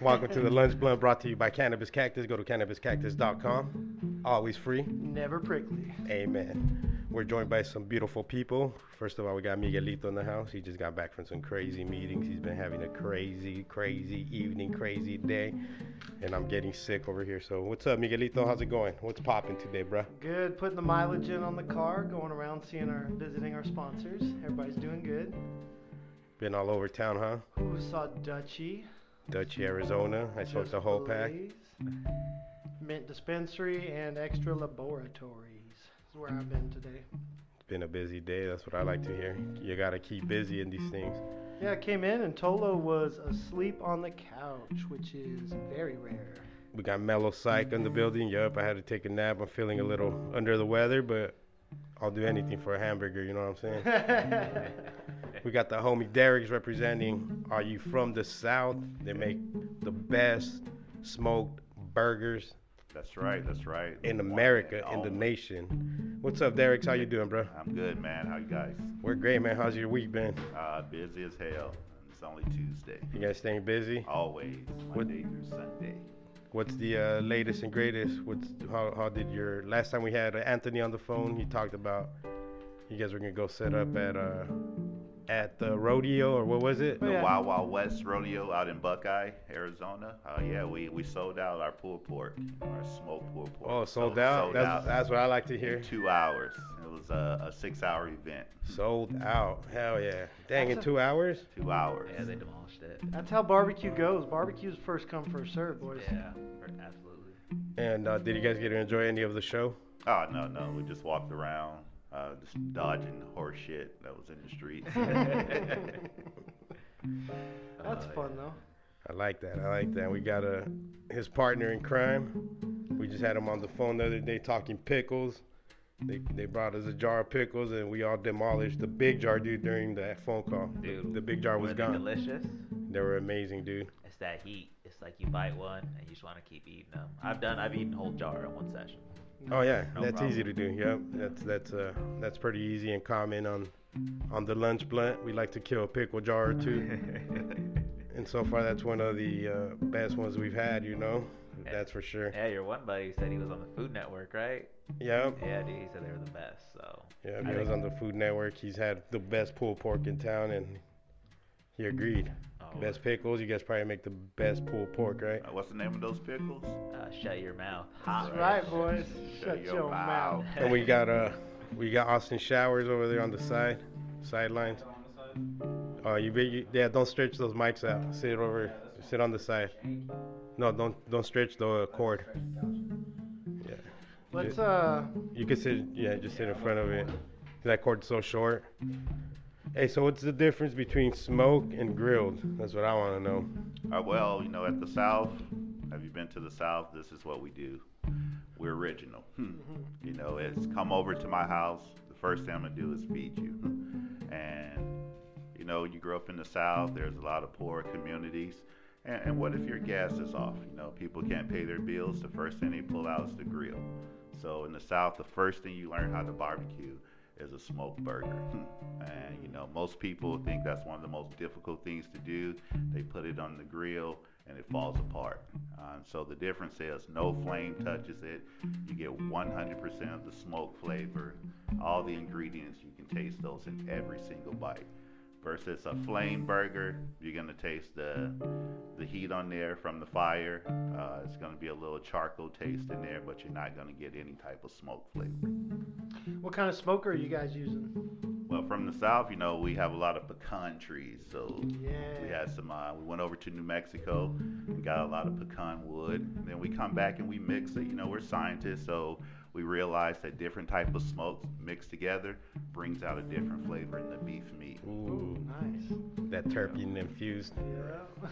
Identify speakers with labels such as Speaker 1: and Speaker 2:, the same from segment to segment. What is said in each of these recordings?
Speaker 1: Welcome to the Lunch Blunt brought to you by Cannabis Cactus. Go to cannabiscactus.com. Always free.
Speaker 2: Never prickly.
Speaker 1: Amen. We're joined by some beautiful people. First of all, we got Miguelito in the house. He just got back from some crazy meetings. He's been having a crazy, crazy evening, crazy day. And I'm getting sick over here. So, what's up, Miguelito? How's it going? What's popping today, bruh?
Speaker 2: Good. Putting the mileage in on the car, going around seeing our visiting our sponsors. Everybody's doing good.
Speaker 1: Been all over town, huh?
Speaker 2: Who saw Dutchie?
Speaker 1: Dutchie, Arizona. I smoked
Speaker 2: Just
Speaker 1: the whole pack.
Speaker 2: Blaze, Mint Dispensary and Extra Laboratories is where I've been today.
Speaker 1: It's been a busy day. That's what I like to hear. You got to keep busy in these things.
Speaker 2: Yeah, I came in and Tolo was asleep on the couch, which is very rare.
Speaker 1: We got Mellow Psych in the building. Yup, I had to take a nap. I'm feeling a little under the weather, but I'll do anything for a hamburger, you know what I'm saying? We got the homie Derek's representing. Are you from the South? They make the best smoked burgers
Speaker 3: That's right. That's right.
Speaker 1: in
Speaker 3: The one
Speaker 1: America,
Speaker 3: and
Speaker 1: in the
Speaker 3: only.
Speaker 1: nation. What's up, Derek's? How you doing, bro?
Speaker 3: I'm good, man. How you guys?
Speaker 1: We're great, man. How's your week been?
Speaker 3: Uh, busy as hell. and It's only Tuesday.
Speaker 1: You guys staying busy?
Speaker 3: Always
Speaker 1: What-
Speaker 3: Monday through Sunday.
Speaker 1: What's the uh, latest and greatest? What's how, how did your last time we had uh, Anthony on the phone? He talked about you guys were gonna go set up at uh at the rodeo or what was it?
Speaker 2: Oh,
Speaker 3: The
Speaker 2: yeah.
Speaker 3: Wild Wild West Rodeo out in Buckeye, Arizona. Uh, yeah, we, we sold out our pulled pork, our smoked pulled pork.
Speaker 1: Oh,
Speaker 3: So-
Speaker 1: sold out.
Speaker 3: sold
Speaker 1: that's
Speaker 3: out
Speaker 1: that's what I like to
Speaker 3: in
Speaker 1: hear.
Speaker 3: two hours. It was a, a six-hour event.
Speaker 1: Sold out. Hell yeah. Dang, in
Speaker 2: That's a-
Speaker 1: two hours.
Speaker 3: Two hours.
Speaker 4: Yeah, they demolished it.
Speaker 2: That's how barbecue goes. Barbecue's first come, first serve, boys.
Speaker 4: Yeah, or- absolutely.
Speaker 1: And uh, did you guys get to enjoy any of the show?
Speaker 3: Oh no, no, we just walked around, uh, just dodging horse shit that was in the Uh, streets.
Speaker 2: That's
Speaker 4: Uh,
Speaker 2: fun,
Speaker 4: yeah.
Speaker 2: though.
Speaker 1: I like that. I like that. We got uh, his partner in crime. We just had him on the phone the other day talking pickles. They, they brought us a jar of pickles and we all demolished the big jar, dude, during that phone call. The-
Speaker 4: Dude,
Speaker 1: the big jar was
Speaker 4: were they
Speaker 1: gone.
Speaker 4: delicious?
Speaker 1: They were amazing, dude.
Speaker 4: It's that heat. It's like you bite one and you just want to keep eating them. I've done. I've eaten whole jar in one session.
Speaker 1: Oh yeah,
Speaker 4: No
Speaker 1: that's
Speaker 4: problem.
Speaker 1: easy to do. Yep, that's that's uh that's pretty easy and common on on the lunch blunt. We like to kill a pickle jar or two, and so far that's one of the uh, best ones we've had. You know, that's for sure.
Speaker 4: yeah, your one buddy said he was on the Food Network, right?
Speaker 1: Yep.
Speaker 4: Yeah, dude. He said they were the best. So
Speaker 1: Yeah,
Speaker 4: I
Speaker 1: he was
Speaker 4: think-
Speaker 1: on the Food Network. He's had the best pulled pork in town, and he agreed.
Speaker 4: oh,
Speaker 1: Best pickles. You guys probably make the best pulled pork, right?
Speaker 3: Uh, What's the name of those pickles?
Speaker 4: Uh, shut your mouth.
Speaker 2: That's
Speaker 4: Hot
Speaker 2: right, boys.
Speaker 3: Shut
Speaker 2: Shut
Speaker 3: your
Speaker 2: your mouth.
Speaker 3: mouth.
Speaker 1: And we got uh, we got Austin Showers over there on the side, sidelines. Uh, you, be, you yeah, don't stretch those mics out. Sit over, sit on the side. No, don't don't stretch the uh, cord. Yeah,
Speaker 2: Let's, uh,
Speaker 1: you can sit. Yeah, just sit in front of it. That cord's so short. Hey, so what's the difference between smoked and grilled? That's what I want to know.
Speaker 3: Uh, well, you know, at the South, have you been to the South? This is what we do. We're original. Hmm. you know, it's come over to my house. The first thing I'm gonna do is feed you. and you know, you grow up in the South. There's a lot of poor communities. And, and what if your gas is off? You know, people can't pay their bills. The first thing they pull out is the grill. So in the South, the first thing you learn how to barbecue is a smoked burger. and you know, most people think that's one of the most difficult things to do. They put it on the grill and it falls apart. Um, so the difference is no flame touches it. You get 100% of the smoke flavor. All the ingredients, you can taste those in every single bite. Versus a flame burger, you're gonna taste the the heat on there from the fire. Uh, it's gonna be a little charcoal taste in there, but you're not gonna get any type of smoke flavor.
Speaker 2: what kind of smoker are you guys using?
Speaker 3: Well, from the south, you know, we have a lot of pecan trees, so we
Speaker 2: Yeah.
Speaker 3: had some. Uh, we went over to New Mexico and got a lot of pecan wood. And then we come back and we mix it. You know, we're scientists, so we realized that different type of smokes mixed together brings out a different flavor in the beef meat.
Speaker 1: Ooh,
Speaker 2: Ooh, nice.
Speaker 1: that terpene infused.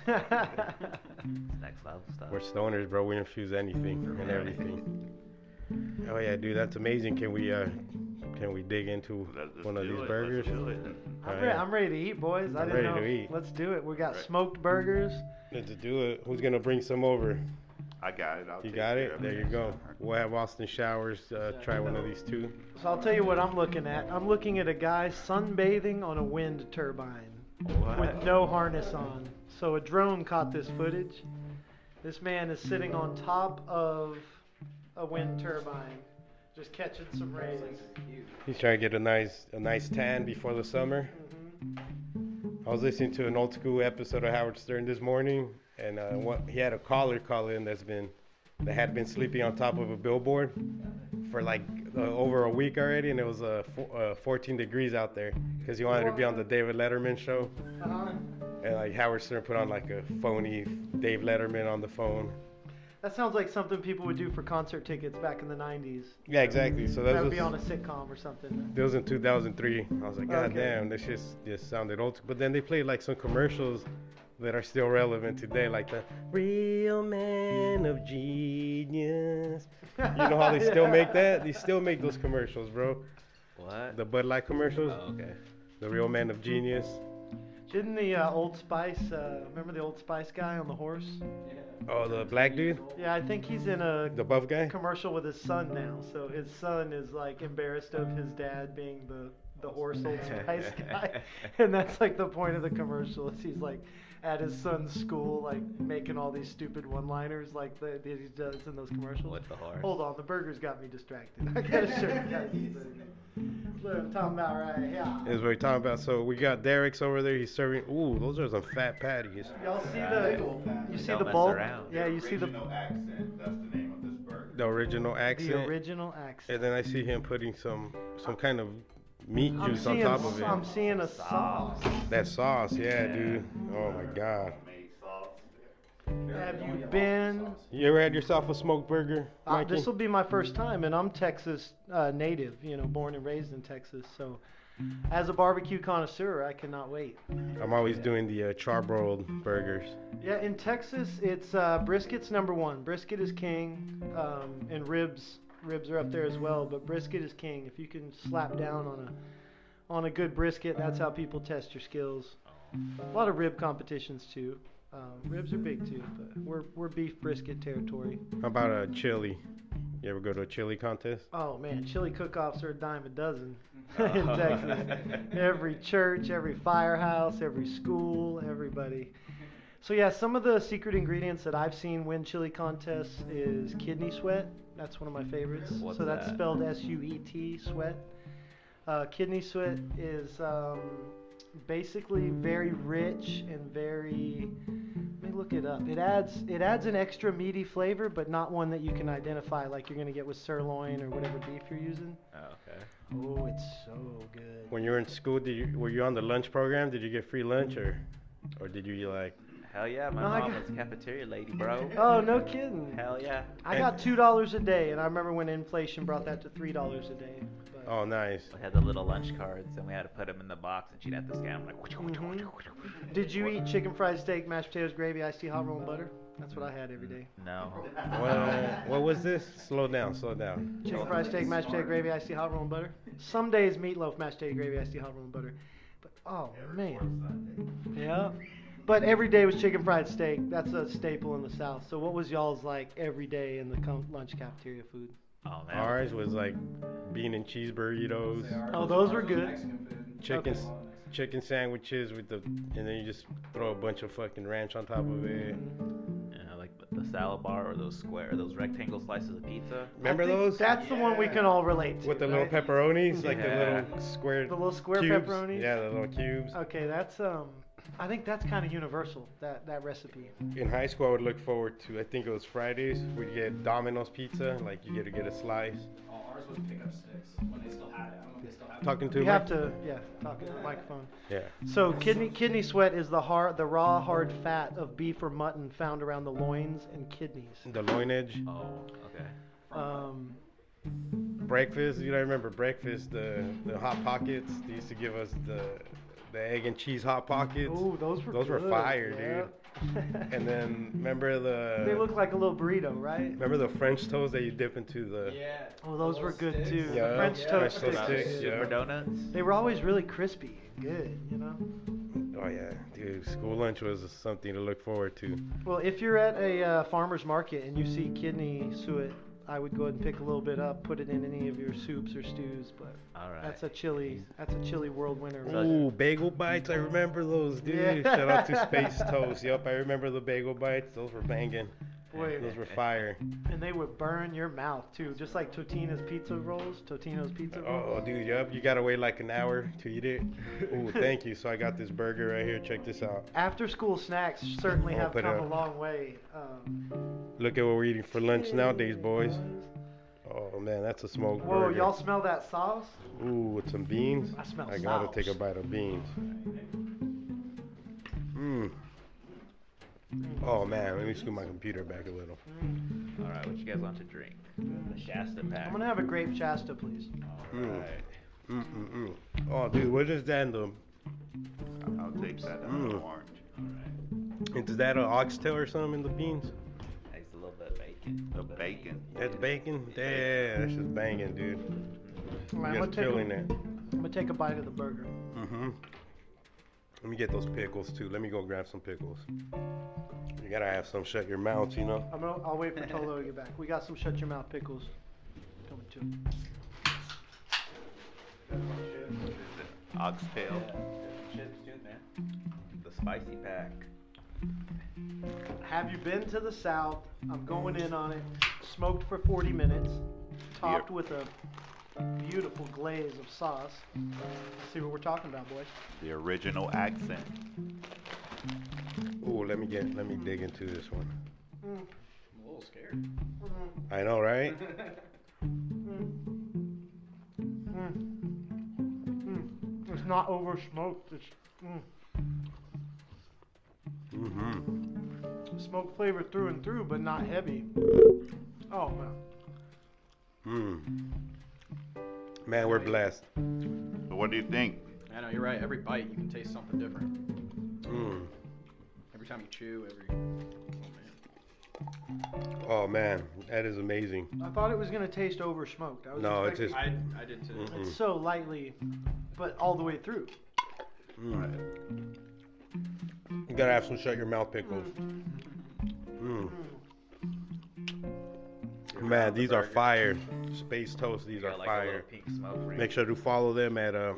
Speaker 2: Yeah.
Speaker 4: It's next level stuff.
Speaker 1: We're stoners, bro. We infuse anything and everything. Oh yeah, dude, that's amazing. Can we uh, can we dig into
Speaker 3: Let- let's
Speaker 1: one of
Speaker 3: do
Speaker 1: these
Speaker 3: it, let's
Speaker 1: burgers?
Speaker 3: do it.
Speaker 2: I'm,
Speaker 1: Oh,
Speaker 2: re-
Speaker 1: yeah.
Speaker 2: I'm ready to eat, boys. I
Speaker 1: I'm
Speaker 2: didn't
Speaker 1: ready
Speaker 2: know.
Speaker 1: to eat.
Speaker 2: Let's do it. We got
Speaker 3: Right.
Speaker 2: smoked burgers.
Speaker 1: Let's do it. Who's gonna bring some over?
Speaker 3: I got it. I'll
Speaker 1: You
Speaker 3: take
Speaker 1: got
Speaker 3: care
Speaker 1: it.
Speaker 3: of
Speaker 1: There you go. We'll have Austin Showers uh, try one of these too.
Speaker 2: So I'll tell you what I'm looking at. I'm looking at a guy sunbathing on a wind turbine
Speaker 4: What?
Speaker 2: with no harness on. So a drone caught this footage, This man is sitting on top of a wind turbine, just catching some rays.
Speaker 1: He's trying to get a nice a nice tan before the summer.
Speaker 2: Mhm.
Speaker 1: I was listening to an old school episode of Howard Stern this morning, and
Speaker 2: Mm.
Speaker 1: uh, what, he had a caller call in that's been that had been sleeping on top of a billboard for like uh, over a week already, and it was uh, fo- uh, 14 degrees out there because he wanted to be on the David Letterman show,
Speaker 2: Uh-huh.
Speaker 1: and like Howard Stern put on like a phony Dave Letterman on the phone.
Speaker 2: That sounds like something people would do for concert tickets back in the 90s.
Speaker 1: Yeah, exactly. So that
Speaker 2: That would
Speaker 1: was
Speaker 2: be on a sitcom or something.
Speaker 1: It was in 2003. I was like, God
Speaker 2: Okay.
Speaker 1: damn, this shit just sounded old. But then they played like some commercials that are still relevant today, like the Real Man of Genius. You know how they still make that? They still make those commercials, bro.
Speaker 4: What?
Speaker 1: The Bud Light commercials,
Speaker 4: Oh, okay.
Speaker 1: the Real Man of Genius.
Speaker 2: Didn't the uh, Old Spice, uh, remember the Old Spice guy on the horse?
Speaker 1: Oh, the black dude,
Speaker 2: Yeah, I think he's in a
Speaker 1: the buff guy.
Speaker 2: commercial with his son now. So his son is like embarrassed of his dad being the the horse old spice guy, and that's like the point of the commercial. Is he's like at his son's school, like making all these stupid one-liners like the, that he does in those commercials.
Speaker 4: What the horse?
Speaker 2: Hold on, the burgers got me distracted. I gotta show you guys the burger. Look, I'm talking about right here.
Speaker 1: Is what we're talking about. So we got Derek's over there. He's serving. Ooh, those are some fat patties.
Speaker 2: Y'all see
Speaker 3: Right.
Speaker 2: the you see
Speaker 4: Don't
Speaker 2: the
Speaker 4: mess
Speaker 2: bulk?
Speaker 4: around.
Speaker 2: Yeah, you see the
Speaker 3: Original accent. That's the name of this burger.
Speaker 1: The original accent.
Speaker 2: the original accent.
Speaker 1: And then I see him putting some some kind of meat
Speaker 2: I'm
Speaker 1: juice on
Speaker 2: seeing,
Speaker 1: top of it.
Speaker 2: I'm seeing a sauce.
Speaker 1: That sauce, yeah, dude. Oh my god.
Speaker 3: Homemade sauce.
Speaker 2: Have you been?
Speaker 1: You ever had yourself a smoked burger,
Speaker 2: Uh,
Speaker 1: Mikey?
Speaker 2: this will be my first time, and I'm Texas uh, native, you know, born and raised in Texas. So, as a barbecue connoisseur, I cannot wait.
Speaker 1: I'm always doing the uh, charbroiled burgers.
Speaker 2: Yeah, in Texas, it's uh, brisket's number one. Brisket is king, um, and ribs ribs are up there as well. But brisket is king. If you can slap down on a on a good brisket, that's how people test your skills. A lot of rib competitions too. Um, ribs are big too, but we're we're beef brisket territory.
Speaker 1: How about a chili? You ever go to a chili contest?
Speaker 2: Oh man, chili cook-offs are a dime a dozen in Texas. every church, every firehouse, every school, everybody. So yeah, some of the secret ingredients that I've seen win chili contests is kidney sweat. That's one of my favorites.
Speaker 4: What's
Speaker 2: so that's
Speaker 4: that?
Speaker 2: spelled S-U-E-T, sweat. Uh, kidney sweat is um, basically very rich and very. Let me look it up. It adds it adds an extra meaty flavor, but not one that you can identify like you're gonna get with sirloin or whatever beef you're using.
Speaker 4: Oh, okay.
Speaker 2: Oh, it's so good.
Speaker 1: When you were in school, did you were you on the lunch program? Did you get free lunch or or did you like
Speaker 4: Hell yeah, my
Speaker 2: No, I
Speaker 4: mom
Speaker 2: got-
Speaker 4: was a cafeteria lady, bro.
Speaker 2: Oh, no kidding.
Speaker 4: Hell yeah.
Speaker 2: I got two dollars a day, and I remember when inflation brought that to three dollars a day. But
Speaker 1: oh nice.
Speaker 4: We had the little lunch cards, and we had to put them in the box, and she'd have to scan them like.
Speaker 2: Mhm. Did you eat chicken fried steak, mashed potatoes, gravy, iced tea, hot roll, and butter? That's what I had every day.
Speaker 4: No.
Speaker 1: What what was this? Slow down, slow down.
Speaker 2: Chicken fried steak, mashed potato, gravy, iced tea, hot roll, and butter. Some days meatloaf, mashed potato, gravy, iced tea, hot roll, and butter. But oh man, yeah. But every day was chicken fried steak. That's a staple in the South. So what was y'all's like every day in the com- lunch cafeteria food?
Speaker 4: Oh man.
Speaker 1: Ours was like bean and cheese burritos,
Speaker 2: Oh, those were good.
Speaker 1: chicken s chicken sandwiches with the and then you just throw a bunch of fucking ranch on top of it.
Speaker 4: Yeah, like the- the salad bar or those square, those rectangle slices of pizza.
Speaker 1: Remember
Speaker 2: I think
Speaker 1: those?
Speaker 2: That's the one we can all relate to.
Speaker 1: With the little
Speaker 2: right?
Speaker 1: pepperonis, like
Speaker 4: Yeah.
Speaker 1: the little square.
Speaker 2: The little square
Speaker 1: cubes.
Speaker 2: pepperonis?
Speaker 1: Yeah, the little cubes.
Speaker 2: Okay, that's um. I think that's kind of universal. That that recipe.
Speaker 1: In high school, I would look forward to. I think it was Fridays. We'd get Domino's pizza. Like you get to get a slice.
Speaker 5: Ours was pick up sticks when they still had it. I don't know if they still have it.
Speaker 1: Talking to
Speaker 2: you
Speaker 1: my-
Speaker 2: have to yeah talk into the microphone.
Speaker 1: Yeah.
Speaker 2: So kidney kidney sweat is the hard the raw hard fat of beef or mutton found around the loins and kidneys.
Speaker 1: The loin edge.
Speaker 4: Oh, okay.
Speaker 2: Um,
Speaker 1: Breakfast. You know, I remember breakfast. The the hot pockets. They used to give us the the egg and cheese hot pockets.
Speaker 2: oh, those were
Speaker 1: those were
Speaker 2: good,
Speaker 1: fire,
Speaker 2: yeah.
Speaker 1: And uh, then remember the.
Speaker 2: they look like a little burrito, right?
Speaker 1: Remember the French toast that you dip into the.
Speaker 5: Yeah.
Speaker 2: Oh, those were good
Speaker 5: sticks.
Speaker 2: too.
Speaker 1: Yeah,
Speaker 2: the French
Speaker 1: yeah,
Speaker 2: toast
Speaker 1: French toast
Speaker 2: sticks. were
Speaker 1: sticks,
Speaker 2: good.
Speaker 1: yeah.
Speaker 4: Super donuts.
Speaker 2: They were always really crispy, and good, you know.
Speaker 1: Oh yeah, dude. School lunch was something to look forward to.
Speaker 2: Well, if you're at a uh, farmer's market and you see kidney suet, I would go ahead and pick a little bit up, put it in any of your soups or stews. But
Speaker 4: All right.
Speaker 2: that's a chili, that's a chili world winner.
Speaker 4: So-
Speaker 2: right
Speaker 1: Ooh, bagel bites. I remember those, dude.
Speaker 2: Yeah.
Speaker 1: Shout out to Space Toast. Yep, I remember the bagel bites. Those were banging.
Speaker 2: there. Wait.
Speaker 1: Those were fire.
Speaker 2: And they would burn your mouth too, just like Totino's pizza rolls. Totino's pizza rolls.
Speaker 1: Oh, dude, yup. You gotta wait like an hour to eat it. Ooh, thank you. So I got this burger right here. Check this out.
Speaker 2: After school snacks certainly
Speaker 1: I'll
Speaker 2: have
Speaker 1: put
Speaker 2: come
Speaker 1: it
Speaker 2: a
Speaker 1: up.
Speaker 2: long way. Um,
Speaker 1: Look at what we're eating for lunch nowadays,
Speaker 2: yeah,
Speaker 1: boys. Oh man, that's a smoked
Speaker 2: Whoa,
Speaker 1: burger.
Speaker 2: y'all smell that sauce?
Speaker 1: Ooh, with some beans.
Speaker 2: I smell
Speaker 1: gotta
Speaker 2: sauce.
Speaker 1: take a bite of beans. Mmm. Oh man, let me scoot my computer back a little.
Speaker 2: Mm.
Speaker 4: All right, what you guys want to drink? The Shasta pack.
Speaker 2: I'm gonna have a grape Shasta, please.
Speaker 4: All
Speaker 1: Mm.
Speaker 4: right.
Speaker 1: Mm mm mm. Oh dude, what is that? In the,
Speaker 3: I'll take that and an
Speaker 1: Mm.
Speaker 3: orange.
Speaker 1: is that an oxtail or something in the beans?
Speaker 4: Nice, a little bit of bacon. A little bit of
Speaker 3: Bacon.
Speaker 1: That's bacon. Yeah, that's just banging, dude.
Speaker 2: All right,
Speaker 1: You
Speaker 2: I'm,
Speaker 1: just
Speaker 2: gonna
Speaker 1: feeling
Speaker 2: take
Speaker 1: it.
Speaker 2: a, I'm gonna take a bite of the burger.
Speaker 1: Mm-hmm. Let me get those pickles too. Let me go grab some pickles. You gotta have some shut your mouth, you know.
Speaker 2: I'm gonna, I'll wait for Tolo to get back. We got some shut your mouth pickles coming too.
Speaker 3: Oxtail.
Speaker 4: Chips too, man. The spicy pack.
Speaker 2: Have you been to the South? I'm going in on it. Smoked for 40 minutes, topped with a beautiful glaze of sauce. Let's see what we're talking about, boys.
Speaker 3: The original accent.
Speaker 1: Ooh, let me get let me dig into this one.
Speaker 5: a little scared.
Speaker 1: I know, right?
Speaker 2: Mm. Mm. It's not over smoked. It's mm,
Speaker 1: Mm-hmm.
Speaker 2: smoke flavor through and through, but not heavy. Oh man,
Speaker 1: Mm. Man, we're blessed.
Speaker 3: But what do you think?
Speaker 5: I know you're right. Every bite, you can taste something different.
Speaker 1: Mm.
Speaker 5: Every time you chew, every. Oh man.
Speaker 1: Oh man, that is amazing.
Speaker 2: I thought it was gonna taste over smoked. I was
Speaker 1: No, it's
Speaker 2: expecting
Speaker 1: just. Mm-hmm.
Speaker 5: I, I did too.
Speaker 1: Mm-mm.
Speaker 2: it's so lightly, but all the way through.
Speaker 1: Mm. You gotta have some shut your mouth pickles. Mm. Man, these are fire. Space toast. These
Speaker 4: You
Speaker 1: are
Speaker 4: got, like, A
Speaker 1: fire.
Speaker 4: little pink smoke ring.
Speaker 1: Make sure to follow them at uh,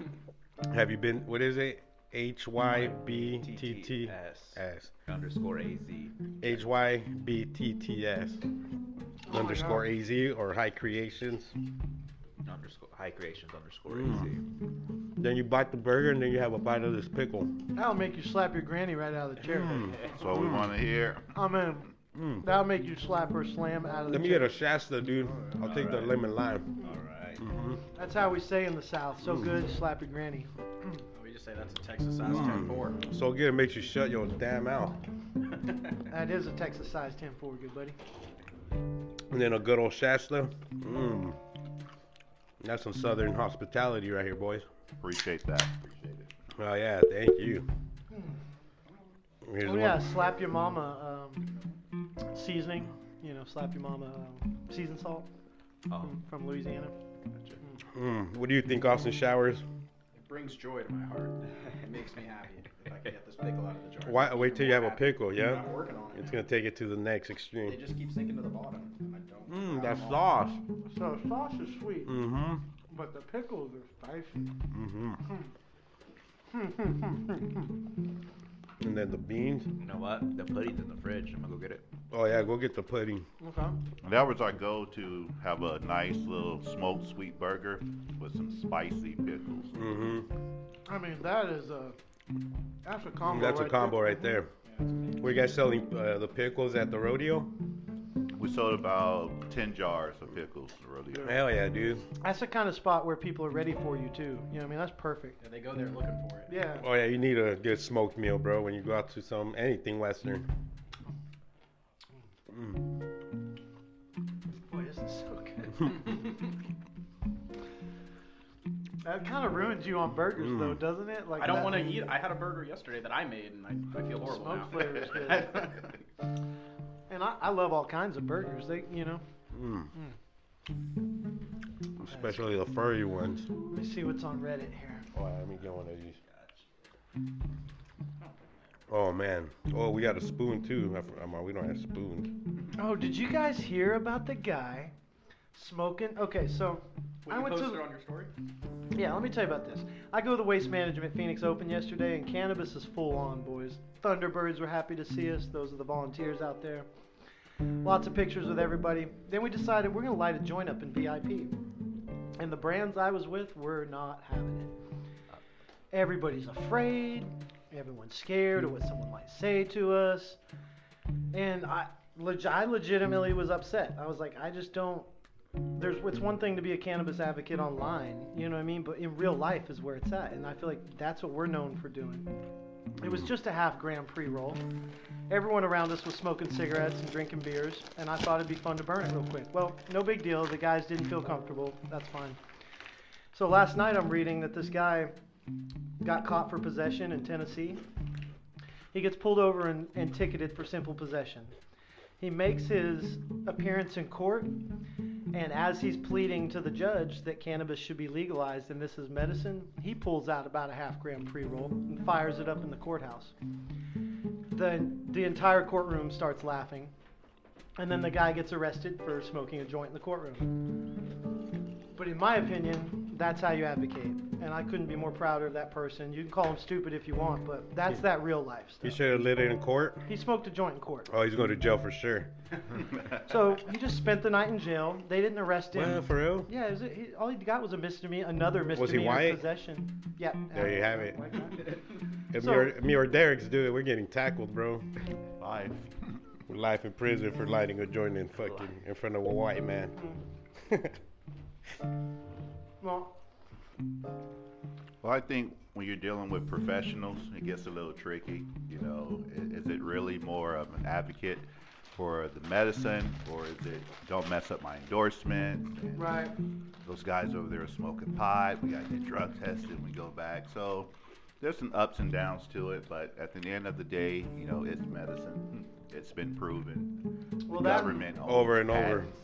Speaker 1: have you been? What is it? H Y B T T
Speaker 4: TTS
Speaker 1: S
Speaker 4: underscore AZ.
Speaker 1: H Y B T T S
Speaker 2: my
Speaker 1: underscore A Z or High Creations.
Speaker 4: underscore high creations underscore
Speaker 1: Mm. Then you bite the burger and then you have a bite of this pickle.
Speaker 2: That'll make you slap your granny right out of the chair.
Speaker 1: Mm.
Speaker 3: That's what we want to hear.
Speaker 2: I mean,
Speaker 1: Mm.
Speaker 2: that'll make you slap or slam out of the
Speaker 1: Let me
Speaker 2: chair.
Speaker 1: get a Shasta, dude. I'll take the
Speaker 4: Alright.
Speaker 1: lemon lime.
Speaker 4: All right.
Speaker 1: hmm
Speaker 2: That's how we say in the South. So good, slap your granny.
Speaker 5: We just say that's a Texas size
Speaker 1: Mm.
Speaker 5: 10 4.
Speaker 1: So good, it makes you shut your damn mouth.
Speaker 2: That is a Texas size 10 4, good buddy.
Speaker 1: And then a good old Shasta. Mm. That's some southern hospitality right here, boys.
Speaker 3: Appreciate that. Appreciate it.
Speaker 1: Oh yeah, thank you. Here's
Speaker 2: oh,
Speaker 1: one.
Speaker 2: yeah, slap your mama um, seasoning. You know, slap your mama um, seasoned salt
Speaker 4: Oh,
Speaker 2: from, from Louisiana.
Speaker 1: Mm, what do you think, Austin Showers?
Speaker 5: It brings joy to my heart. It makes me happy if I can get this pickle out of the jar.
Speaker 1: Why wait till you have a
Speaker 5: Happy.
Speaker 1: pickle? Yeah,
Speaker 5: I'm working on it.
Speaker 1: it's gonna take it to the next
Speaker 5: It
Speaker 1: extreme.
Speaker 5: just keeps sinking to the bottom. And I don't.
Speaker 1: Mmm,
Speaker 5: I
Speaker 1: that
Speaker 5: don't know.
Speaker 1: sauce.
Speaker 2: So, sauce is sweet,
Speaker 1: Mm-hmm.
Speaker 2: but the pickles are Hmm.
Speaker 1: Mm-hmm.
Speaker 2: spicy.
Speaker 1: And then the beans.
Speaker 4: you know what? The pudding's in the fridge. I'm gonna go get it.
Speaker 1: Oh yeah, go get the pudding.
Speaker 2: hmm. okay.
Speaker 3: And that was our goal to have a nice little smoked sweet burger with some spicy pickles.
Speaker 1: Mm-hmm.
Speaker 2: I mean, that is a. That's a combo.
Speaker 1: Mm, That's a
Speaker 2: right
Speaker 1: combo
Speaker 2: there.
Speaker 1: right there. Were you guys selling uh, the pickles at the rodeo?
Speaker 3: We sold about 10 jars of pickles earlier.
Speaker 1: Hell yeah, dude.
Speaker 2: That's the kind of spot where people are ready for you, too. You know, what I mean, that's perfect.
Speaker 5: Yeah, they go there looking for it.
Speaker 2: Yeah.
Speaker 1: Oh yeah, you need a good smoked meal, bro, when you go out to some anything western. Mm.
Speaker 2: Boy, this is so good. that kind of ruins you on burgers, though,
Speaker 1: Mm.
Speaker 2: doesn't it? Like
Speaker 5: I don't
Speaker 2: that-
Speaker 5: want to eat. I had a burger yesterday that I made, and I, I feel horrible
Speaker 2: Smoke
Speaker 5: now.
Speaker 2: flavor is good. And I, I love all kinds of burgers. They, you know.
Speaker 1: Mm. Especially the furry ones.
Speaker 2: Let me see what's on Reddit here.
Speaker 1: Oh, let me get one of these. Oh man. Oh, we got a spoon too. I for- I'm- we don't have spoons.
Speaker 2: Oh, did you guys hear about the guy smoking? Okay, so
Speaker 5: Would
Speaker 2: I
Speaker 5: you
Speaker 2: went
Speaker 5: post
Speaker 2: to
Speaker 5: it on your story?
Speaker 2: Yeah, let me tell you about this. I go to the Waste Management Phoenix Open yesterday, and cannabis is full on, boys. Thunderbirds were happy to see us. Those are the volunteers out there. Lots of pictures with everybody. Then we decided we're gonna light a joint up in VIP, and the brands I was with were not having it. Everybody's afraid. Everyone's scared of what someone might say to us, and I, leg- I legitimately was upset. I was like, I just don't. There's it's one thing to be a cannabis advocate online, you know what I mean, but in real life is where it's at, and I feel like that's what we're known for doing. It was just a half gram pre-roll. Everyone around us was smoking cigarettes and drinking beers, and I thought it'd be fun to burn it real quick. Well, no big deal. The guys didn't feel comfortable. That's fine. So last night I'm reading that this guy got caught for possession in Tennessee. He gets pulled over and, and ticketed for simple possession. He makes his appearance in court, and as he's pleading to the judge that cannabis should be legalized and this is medicine, he pulls out about a half gram pre roll and fires it up in the courthouse. The, the entire courtroom starts laughing, and then the guy gets arrested for smoking a joint in the courtroom. But in my opinion, that's how you advocate. And I couldn't be more prouder of that person. You can call him stupid if you want, but that's that real life
Speaker 1: He
Speaker 2: stuff.
Speaker 1: should have lit it in court.
Speaker 2: He smoked a joint in court.
Speaker 1: Oh, he's going to jail for sure.
Speaker 2: So he just spent the night in jail. They didn't arrest him.
Speaker 1: Well, for real?
Speaker 2: Yeah, it was, he, all he got was a misdemeanor, another
Speaker 1: he
Speaker 2: misdemeanor
Speaker 1: white?
Speaker 2: possession. Yeah.
Speaker 1: There you have it. If
Speaker 2: So-
Speaker 1: me, or, me or Derek's do it, we're getting tackled, bro.
Speaker 3: Life.
Speaker 1: Life in prison for lighting a joint in fucking in front of a white man.
Speaker 2: Well,
Speaker 3: Well, I think when you're dealing with professionals, it gets a little tricky. You know, I- is it really more of an advocate for the medicine, or is it don't mess up my endorsement? and
Speaker 2: right.
Speaker 3: Those guys over there are smoking pot. We gotta get drug tested. We go back. So there's some ups and downs to it, but at the end of the day, you know, it's medicine. Hmm, It's been proven.
Speaker 2: Well,
Speaker 3: the
Speaker 2: that
Speaker 3: government owns
Speaker 1: Over and over.
Speaker 3: patents.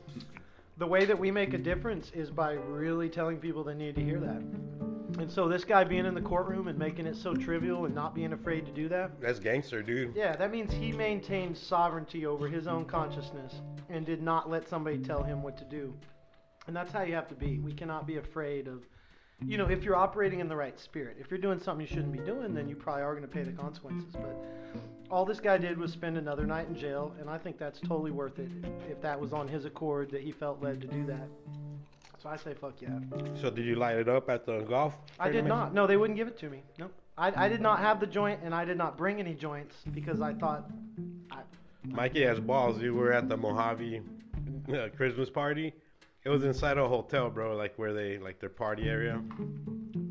Speaker 2: the way that we make a difference is by really telling people they need to hear that. And so this guy being in the courtroom and making it so trivial and not being afraid to do that,
Speaker 1: That's gangster, dude.
Speaker 2: Yeah, that means he maintained sovereignty over his own consciousness and did not let somebody tell him what to do. And that's how you have to be. We cannot be afraid of, you know, if you're operating in the right spirit. If you're doing something you shouldn't be doing, then you probably are going to pay the consequences. But all this guy did was spend another night in jail, and I think that's totally worth it if that was on his accord that he felt led to do that. So I say, fuck yeah.
Speaker 1: So did you light it up at the golf?
Speaker 2: I did
Speaker 1: tournament?
Speaker 2: not. No, they wouldn't give it to me. No, I, I did not have the joint, and I did not bring any joints because I thought
Speaker 1: Mikey has balls. We were at the Mojave uh, Christmas party. It was inside a hotel, bro. Like where they like their party area.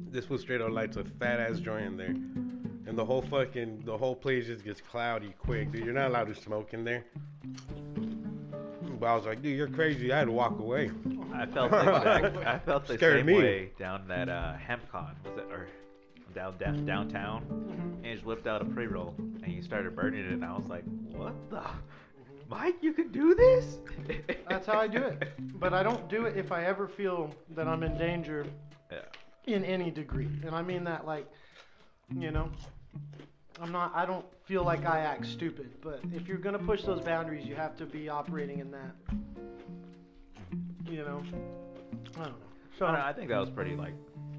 Speaker 1: This was straight up lights a fat ass joint in there, and the whole fucking the whole place just gets cloudy quick, dude. You're not allowed to smoke in there. But I was like, dude, you're crazy. I had to walk away.
Speaker 4: I felt like I felt the
Speaker 1: Scared
Speaker 4: same
Speaker 1: me.
Speaker 4: way down that uh, Hempcon was it or down,
Speaker 2: Hmm.
Speaker 4: down
Speaker 2: Mm-hmm.
Speaker 4: downtown, and he just whipped out a pre roll and he started burning it, and I was like, what the. Mike, you can do this?
Speaker 2: Mm-hmm. That's how I do it. But I don't do it if I ever feel that I'm in danger
Speaker 4: Yeah.
Speaker 2: in any degree. And I mean that like, you know, I'm not I don't feel like I act stupid, but if you're going to push those boundaries, you have to be operating in that. You know. I don't know. So
Speaker 4: I, don't know, I think that was pretty like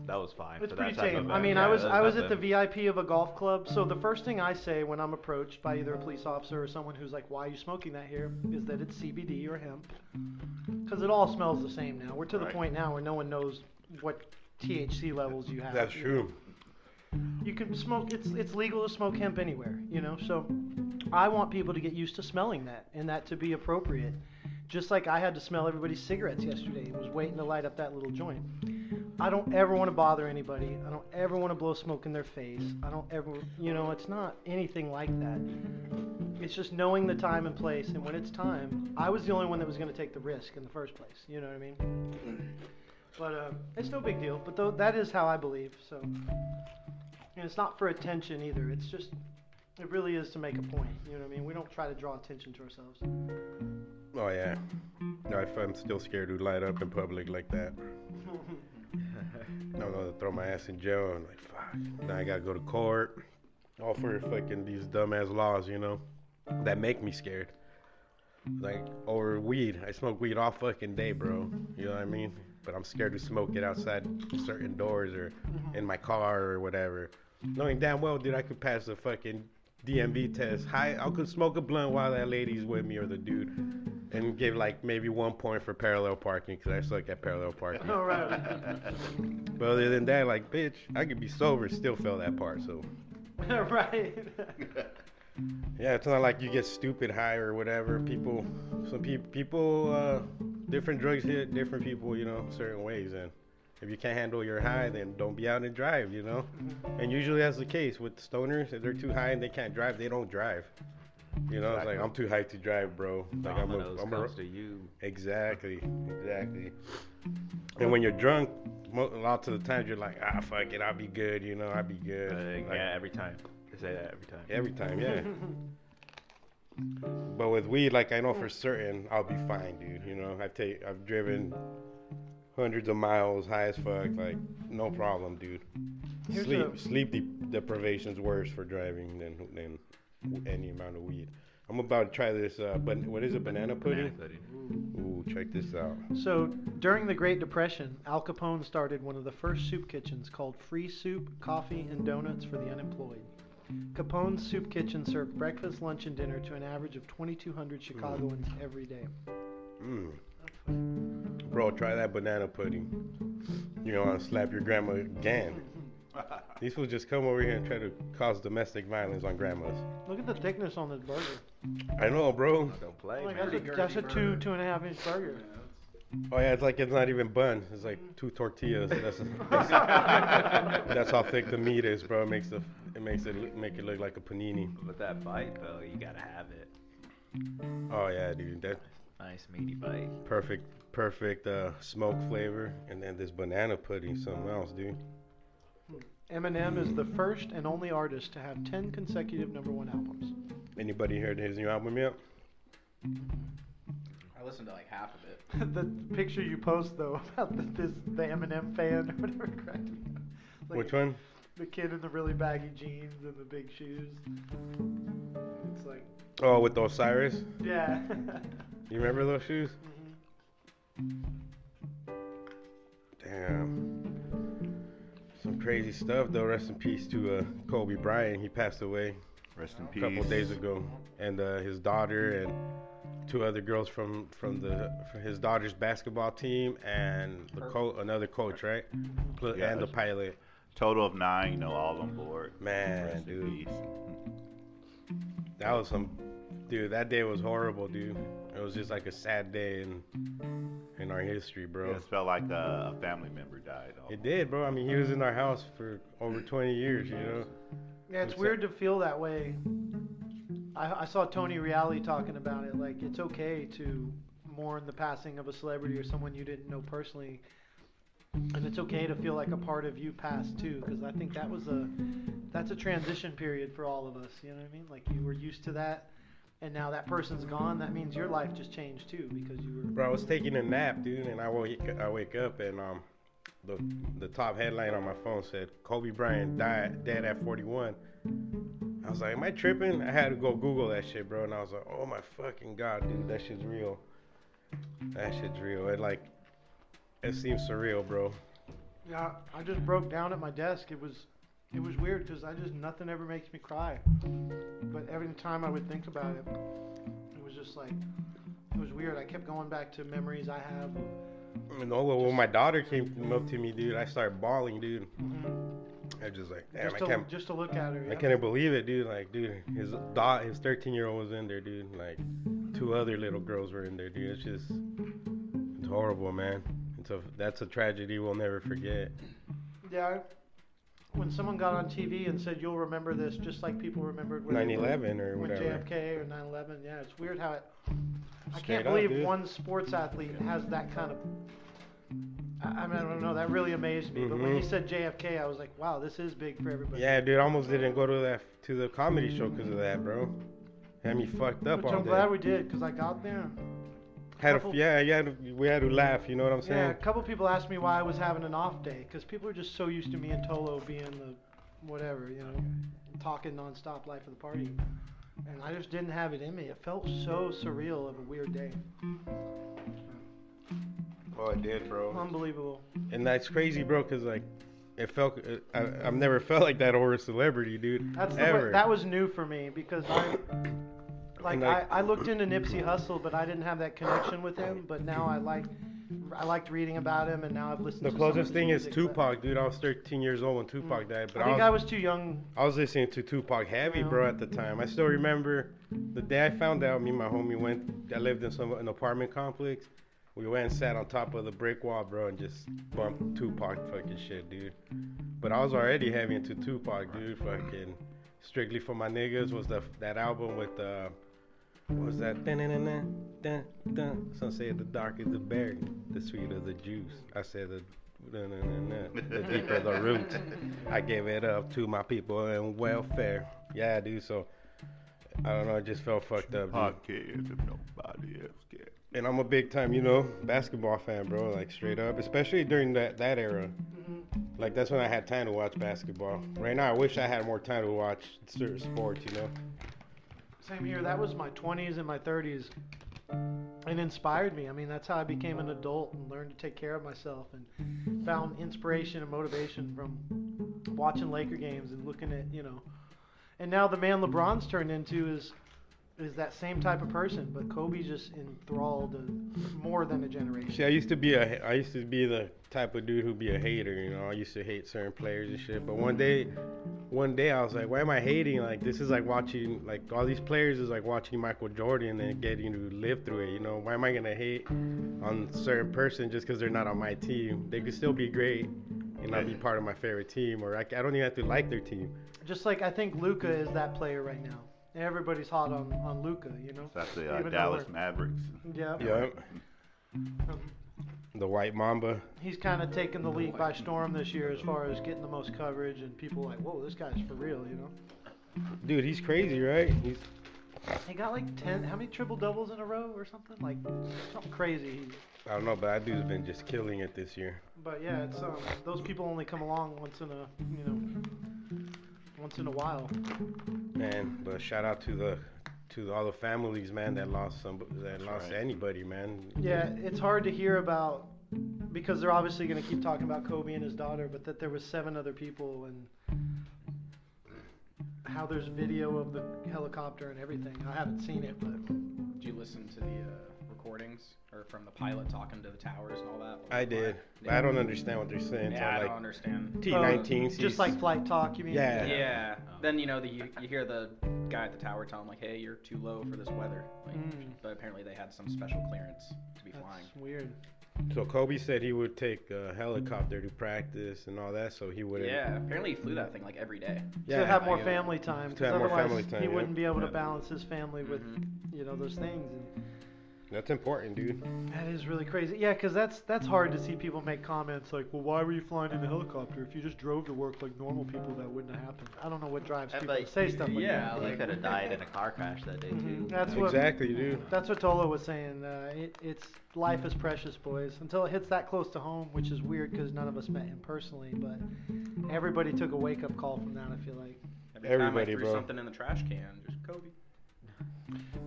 Speaker 4: that was fine.
Speaker 2: it's
Speaker 4: for
Speaker 2: pretty
Speaker 4: that type
Speaker 2: tame.
Speaker 4: of
Speaker 2: I mean,
Speaker 4: event.
Speaker 2: I
Speaker 4: Yeah,
Speaker 2: was
Speaker 4: that
Speaker 2: I was at the
Speaker 4: nothing-
Speaker 2: VIP of a golf club, so the first thing I say when I'm approached by either a police officer or someone who's like, "Why are you smoking that here?" is that it's CBD or hemp, because it all smells the same now. We're to the
Speaker 3: Right.
Speaker 2: point now where no one knows what THC levels you have.
Speaker 1: That's
Speaker 2: You
Speaker 1: true.
Speaker 2: you can smoke it's it's legal to smoke hemp anywhere you know so i want people to get used to smelling that and that to be appropriate just like i had to smell everybody's cigarettes yesterday and was waiting to light up that little joint i don't ever want to bother anybody i don't ever want to blow smoke in their face i don't ever you know it's not anything like that it's just knowing the time and place and when it's time i was the only one that was going to take the risk in the first place you know what i mean but uh, it's no big deal but though that is how i believe so and it's not for attention either. It's just, it really is to make a point. You know what I mean? We don't try to draw attention to ourselves.
Speaker 1: Oh yeah. No, if I'm still scared to light up in public like that, I'm gonna throw my ass in jail. and like, fuck. Now I gotta go to court. All for fucking these dumbass laws, you know, that make me scared. Like over weed, I smoke weed all fucking day, bro. You know what I mean? But I'm scared to smoke it outside certain doors or in my car or whatever, knowing damn well, dude, I could pass a fucking DMV test. Hi, I could smoke a blunt while that lady's with me or the dude, and give like maybe one point for parallel parking because I suck at parallel parking.
Speaker 2: All right.
Speaker 1: But other than that, like, bitch, I could be sober and still fail that part. So
Speaker 2: right.
Speaker 1: yeah, it's not like you get stupid high or whatever. People, some pe- people, uh, different drugs hit different people, you know, certain ways. And if you can't handle your high, then don't be out and drive, you know. And usually that's the case with stoners. If they're too high and they can't drive, they don't drive. You know, it's like I'm too high to drive, bro. Like I'm a,
Speaker 4: Dominoes
Speaker 1: I'm a
Speaker 4: comes to you.
Speaker 1: Exactly, exactly. And when you're drunk, mo- lots of the times you're like, ah, fuck it, I'll be good, you know, I'll be good.
Speaker 4: Uh,
Speaker 1: Like,
Speaker 4: yeah, every time. They say that every time.
Speaker 1: Every time, yeah. but with weed, like I know for certain, I'll be fine, dude. You know, I've take, I've driven hundreds of miles, high as fuck, like no problem, dude.
Speaker 2: Here's
Speaker 1: sleep,
Speaker 2: a-
Speaker 1: sleep de- deprivation's worse for driving than than any amount of weed. I'm about to try this, uh, but what is it, banana pudding?
Speaker 4: Banana pudding.
Speaker 1: Ooh, check this out.
Speaker 2: So during the Great Depression, Al Capone started one of the first soup kitchens called Free Soup, Coffee, and Donuts for the Unemployed. Capone's soup kitchen served breakfast, lunch, and dinner to an average of 2,200 Chicagoans every day.
Speaker 1: Mm. Bro, try that banana pudding. You're gonna wanna slap your grandma again. These will just come over here and try to cause domestic violence on grandmas.
Speaker 2: Look at the thickness on this burger.
Speaker 1: I know, bro.
Speaker 4: Don't play,
Speaker 2: like
Speaker 4: man.
Speaker 2: that's a,
Speaker 5: Pretty
Speaker 2: that's a
Speaker 5: girthy
Speaker 2: two,
Speaker 5: burger.
Speaker 2: two and a half inch burger.
Speaker 1: Oh yeah, it's like it's not even bun. It's like two tortillas. That's, that's, that's how thick the meat is, bro. It makes the it makes it look- make it look like a panini.
Speaker 4: But that bite, though, you gotta have it.
Speaker 1: Oh yeah, dude. That
Speaker 4: Nice meaty bite.
Speaker 1: perfect perfect uh, smoke flavor, and then this banana pudding, something else, dude.
Speaker 2: Eminem is the first and only artist to have 10 consecutive number one albums.
Speaker 1: Anybody heard his new album yet?
Speaker 5: I listened to like half of it.
Speaker 2: the picture you post though about the, this the Eminem fan or whatever cracked me. up. Like,
Speaker 1: Which one?
Speaker 2: The kid in the really baggy jeans and the big shoes. It's like,
Speaker 1: Oh, with Osiris.
Speaker 2: yeah.
Speaker 1: You remember those shoes? Damn. Some crazy stuff though. Rest in peace to uh, Kobe Bryant. He passed away
Speaker 3: Rest in
Speaker 1: a
Speaker 3: peace.
Speaker 1: couple days ago, and uh, his daughter and two other girls from from the from his daughter's basketball team and the coach, another coach, right? Pl-
Speaker 3: Yeah.
Speaker 1: and the pilot.
Speaker 3: Total of nine, you know, all on board.
Speaker 1: Man,
Speaker 3: Rest in
Speaker 1: dude.
Speaker 3: peace.
Speaker 1: That was some, dude. That day was horrible, dude. It was just like a sad day in in our history, bro.
Speaker 3: It just felt like uh, a, a family member died. almost.
Speaker 1: It did, bro. I mean, he was in our house for over 20 years, you know.
Speaker 2: yeah, it's
Speaker 1: What's
Speaker 2: weird to feel that way. I, I saw Tony Reale talking about it. Like, it's okay to mourn the passing of a celebrity or someone you didn't know personally. And it's okay to feel like a part of you passed too, because I think that was a that's a transition period for all of us. You know what I mean? Like you were used to that, and now that person's gone. That means your life just changed too, because you were
Speaker 1: Bro, I was taking a nap, dude, and I wake I wake up and um, the the top headline on my phone said Kobe Bryant died dead at 41. I was like, am I tripping? I had to go Google that shit, bro, and I was like, oh my fucking god, dude, that shit's real. That shit's real. It like, it seems surreal, bro.
Speaker 2: Yeah, I just broke down at my desk. It was, it was weird because I just nothing ever makes me cry, but every time I would think about it, it was just like, it was weird. I kept going back to memories I have.
Speaker 1: You know, when when my daughter came up to me, dude, I started bawling, dude.
Speaker 2: Mhm.
Speaker 1: I was just like, damn, Mm-hmm.
Speaker 2: just
Speaker 1: I
Speaker 2: to
Speaker 1: can't.
Speaker 2: just to look at her.
Speaker 1: I
Speaker 2: yeah.
Speaker 1: couldn't believe it, dude. Like, dude, his dot, his 13 year old was in there, dude. Like, two other little girls were in there, dude. It's just, it's horrible, man. It's a, that's a tragedy we'll never forget.
Speaker 2: Yeah. I- When someone got on TV and said you'll remember this, just like people remembered when they were-
Speaker 1: 9/11 or
Speaker 2: when
Speaker 1: whatever.
Speaker 2: JFK or 9/11. Yeah, it's weird how it. I
Speaker 1: Straight
Speaker 2: can't
Speaker 1: up,
Speaker 2: believe
Speaker 1: dude.
Speaker 2: one sports athlete has that kind of. I, I mean, I don't know. That really amazed me. But when he
Speaker 1: Mhm.
Speaker 2: said JFK, I was like, wow, this is big for everybody.
Speaker 1: Yeah, dude, I almost didn't go to that to the comedy show because of that, bro. Had me fucked up
Speaker 2: Which
Speaker 1: all
Speaker 2: I'm
Speaker 1: day.
Speaker 2: glad we did because I got there.
Speaker 1: had a,
Speaker 2: couple-
Speaker 1: yeah, yeah, we had to laugh. You know what I'm
Speaker 2: Yeah, a
Speaker 1: saying?
Speaker 2: couple people asked me why I was having an off day because people are just so used to me and Tolo being the whatever, you know, talking nonstop, life of the party. And I just didn't have it in me. It felt so surreal of a weird day.
Speaker 1: Oh, it did, bro.
Speaker 2: Unbelievable. Um,
Speaker 1: And that's crazy, bro, because like it felt it, I, I've never felt like that over a celebrity, dude.
Speaker 2: That's the
Speaker 1: ever.
Speaker 2: way, that was new for me because I like,
Speaker 1: And, like-
Speaker 2: I, I looked into Nipsey Hussle, but I didn't have that connection with him. But now I like I liked reading about him, and now I've listened.
Speaker 1: the
Speaker 2: to some of
Speaker 1: closest
Speaker 2: his
Speaker 1: thing is
Speaker 2: music, but
Speaker 1: Tupac, dude. I was 13 years old when Tupac died, but
Speaker 2: I think I was too young.
Speaker 1: I was listening to Tupac heavy,
Speaker 2: Yeah.
Speaker 1: bro, at the time. I still remember the day I found out. Me and my homie went. I lived in some an apartment complex. We went and sat on top of the brick wall, bro, and just bumped Tupac fucking shit, dude. But I was already heavy into Tupac, dude. Fucking strictly for my niggas was the that album with uh, the what was that dun dun dun dun dun. Some say the dark is the berry, the sweet of the juice. I said the dun dun dun dun, the deeper the roots. I gave it up to my people and welfare. Yeah, dude. So I don't know. It just felt fucked up, dude.
Speaker 3: Podcast if nobody else cares.
Speaker 1: And I'm a big time, you know, basketball fan, bro. Like straight up, especially during that that era.
Speaker 2: Mm-hmm.
Speaker 1: Like that's when I had time to watch basketball. Right now, I wish I had more time to watch certain sports, you know.
Speaker 2: Same here. That was my 20s and my 30s, and inspired me. I mean, that's how I became an adult and learned to take care of myself, and found inspiration and motivation from watching Laker games and looking at you know. And now the man LeBron's turned into is is that same type of person, but Kobe just enthralled a, more than a generation.
Speaker 1: See, I used to be a, I used to be the type of dude who'd be a hater, you know. I used to hate certain players and shit. But one day, one day I was like, why am I hating? Like this is like watching, like all these players is like watching Michael Jordan and getting to live through it, you know. Why am I gonna hate on certain person just because they're not on my team? They could still be great and not be part of my favorite team, or I, c- I don't even have to like their team.
Speaker 2: Just like I think Luca is that player right now. Everybody's hot on on Luca, you know.
Speaker 3: That's the uh,
Speaker 2: Even though
Speaker 3: Dallas
Speaker 2: we're-
Speaker 3: Mavericks.
Speaker 2: Yeah. Um,
Speaker 1: Yeah. The White Mamba.
Speaker 2: He's kind of taken the league by storm this year as far as getting the most coverage and people like, whoa, this guy's for real, you know.
Speaker 1: Dude, he's crazy, right? He's
Speaker 2: He got like ten, how many triple doubles in a row or something like something crazy. He,
Speaker 1: I don't know, but that dude's been just killing it this year.
Speaker 2: but yeah, it's um, those people only come along once in a you know once in a while.
Speaker 1: Man, but shout out to the to all the families, man, that lost some that
Speaker 3: That's
Speaker 1: lost
Speaker 3: right.
Speaker 1: anybody, man.
Speaker 2: Yeah, it's hard to hear about because they're obviously going to keep talking about Kobe and his daughter, but that there was seven other people and how there's video of the helicopter and everything. I haven't seen it, but
Speaker 5: Did you listen to the uh, recordings or from the pilot talking to the towers and all that?
Speaker 1: I did. But I don't understand what they're saying.
Speaker 5: Yeah, I
Speaker 1: so
Speaker 5: don't
Speaker 1: like
Speaker 5: understand.
Speaker 1: T19
Speaker 2: just like flight talk, you mean?
Speaker 1: Yeah.
Speaker 5: Yeah.
Speaker 4: Oh.
Speaker 5: Then you know the you, you hear the guy at the tower tell him like, "Hey, you're too low for this weather." Like,
Speaker 2: Mm.
Speaker 5: But apparently they had some special clearance to be flying.
Speaker 2: That's weird.
Speaker 1: so Kobe said he would take a helicopter to practice and all that, so he wouldn't.
Speaker 5: Yeah. Apparently he flew that thing like every day.
Speaker 2: to have
Speaker 5: I
Speaker 2: more
Speaker 5: get it.
Speaker 2: family time,
Speaker 1: To
Speaker 2: because
Speaker 1: have more
Speaker 2: otherwise
Speaker 1: family time,
Speaker 2: he
Speaker 1: yeah.
Speaker 2: wouldn't be able to
Speaker 3: Yeah.
Speaker 2: balance his family with
Speaker 5: Mhm.
Speaker 2: you know those things. And
Speaker 1: that's important, dude.
Speaker 2: that is really crazy. Yeah, because that's that's hard to see people make comments like, "Well, why were you flying in a helicopter? If you just drove to work like normal people, that wouldn't have happened." I don't know what drives
Speaker 4: And,
Speaker 2: people
Speaker 4: like,
Speaker 2: to say stuff like
Speaker 5: yeah,
Speaker 2: that.
Speaker 4: He
Speaker 5: like
Speaker 4: could have died in a car crash that day too.
Speaker 2: Mhm, that's what-
Speaker 1: exactly, dude.
Speaker 2: That's what Tola was saying. Uh, it, it's life is precious, boys. Until it hits that close to home, which is weird because none of us met him personally, but everybody took a wake up call from that. I feel like.
Speaker 5: Every time
Speaker 1: Everybody,
Speaker 5: I threw
Speaker 1: bro.
Speaker 5: something in the trash can, just Kobe.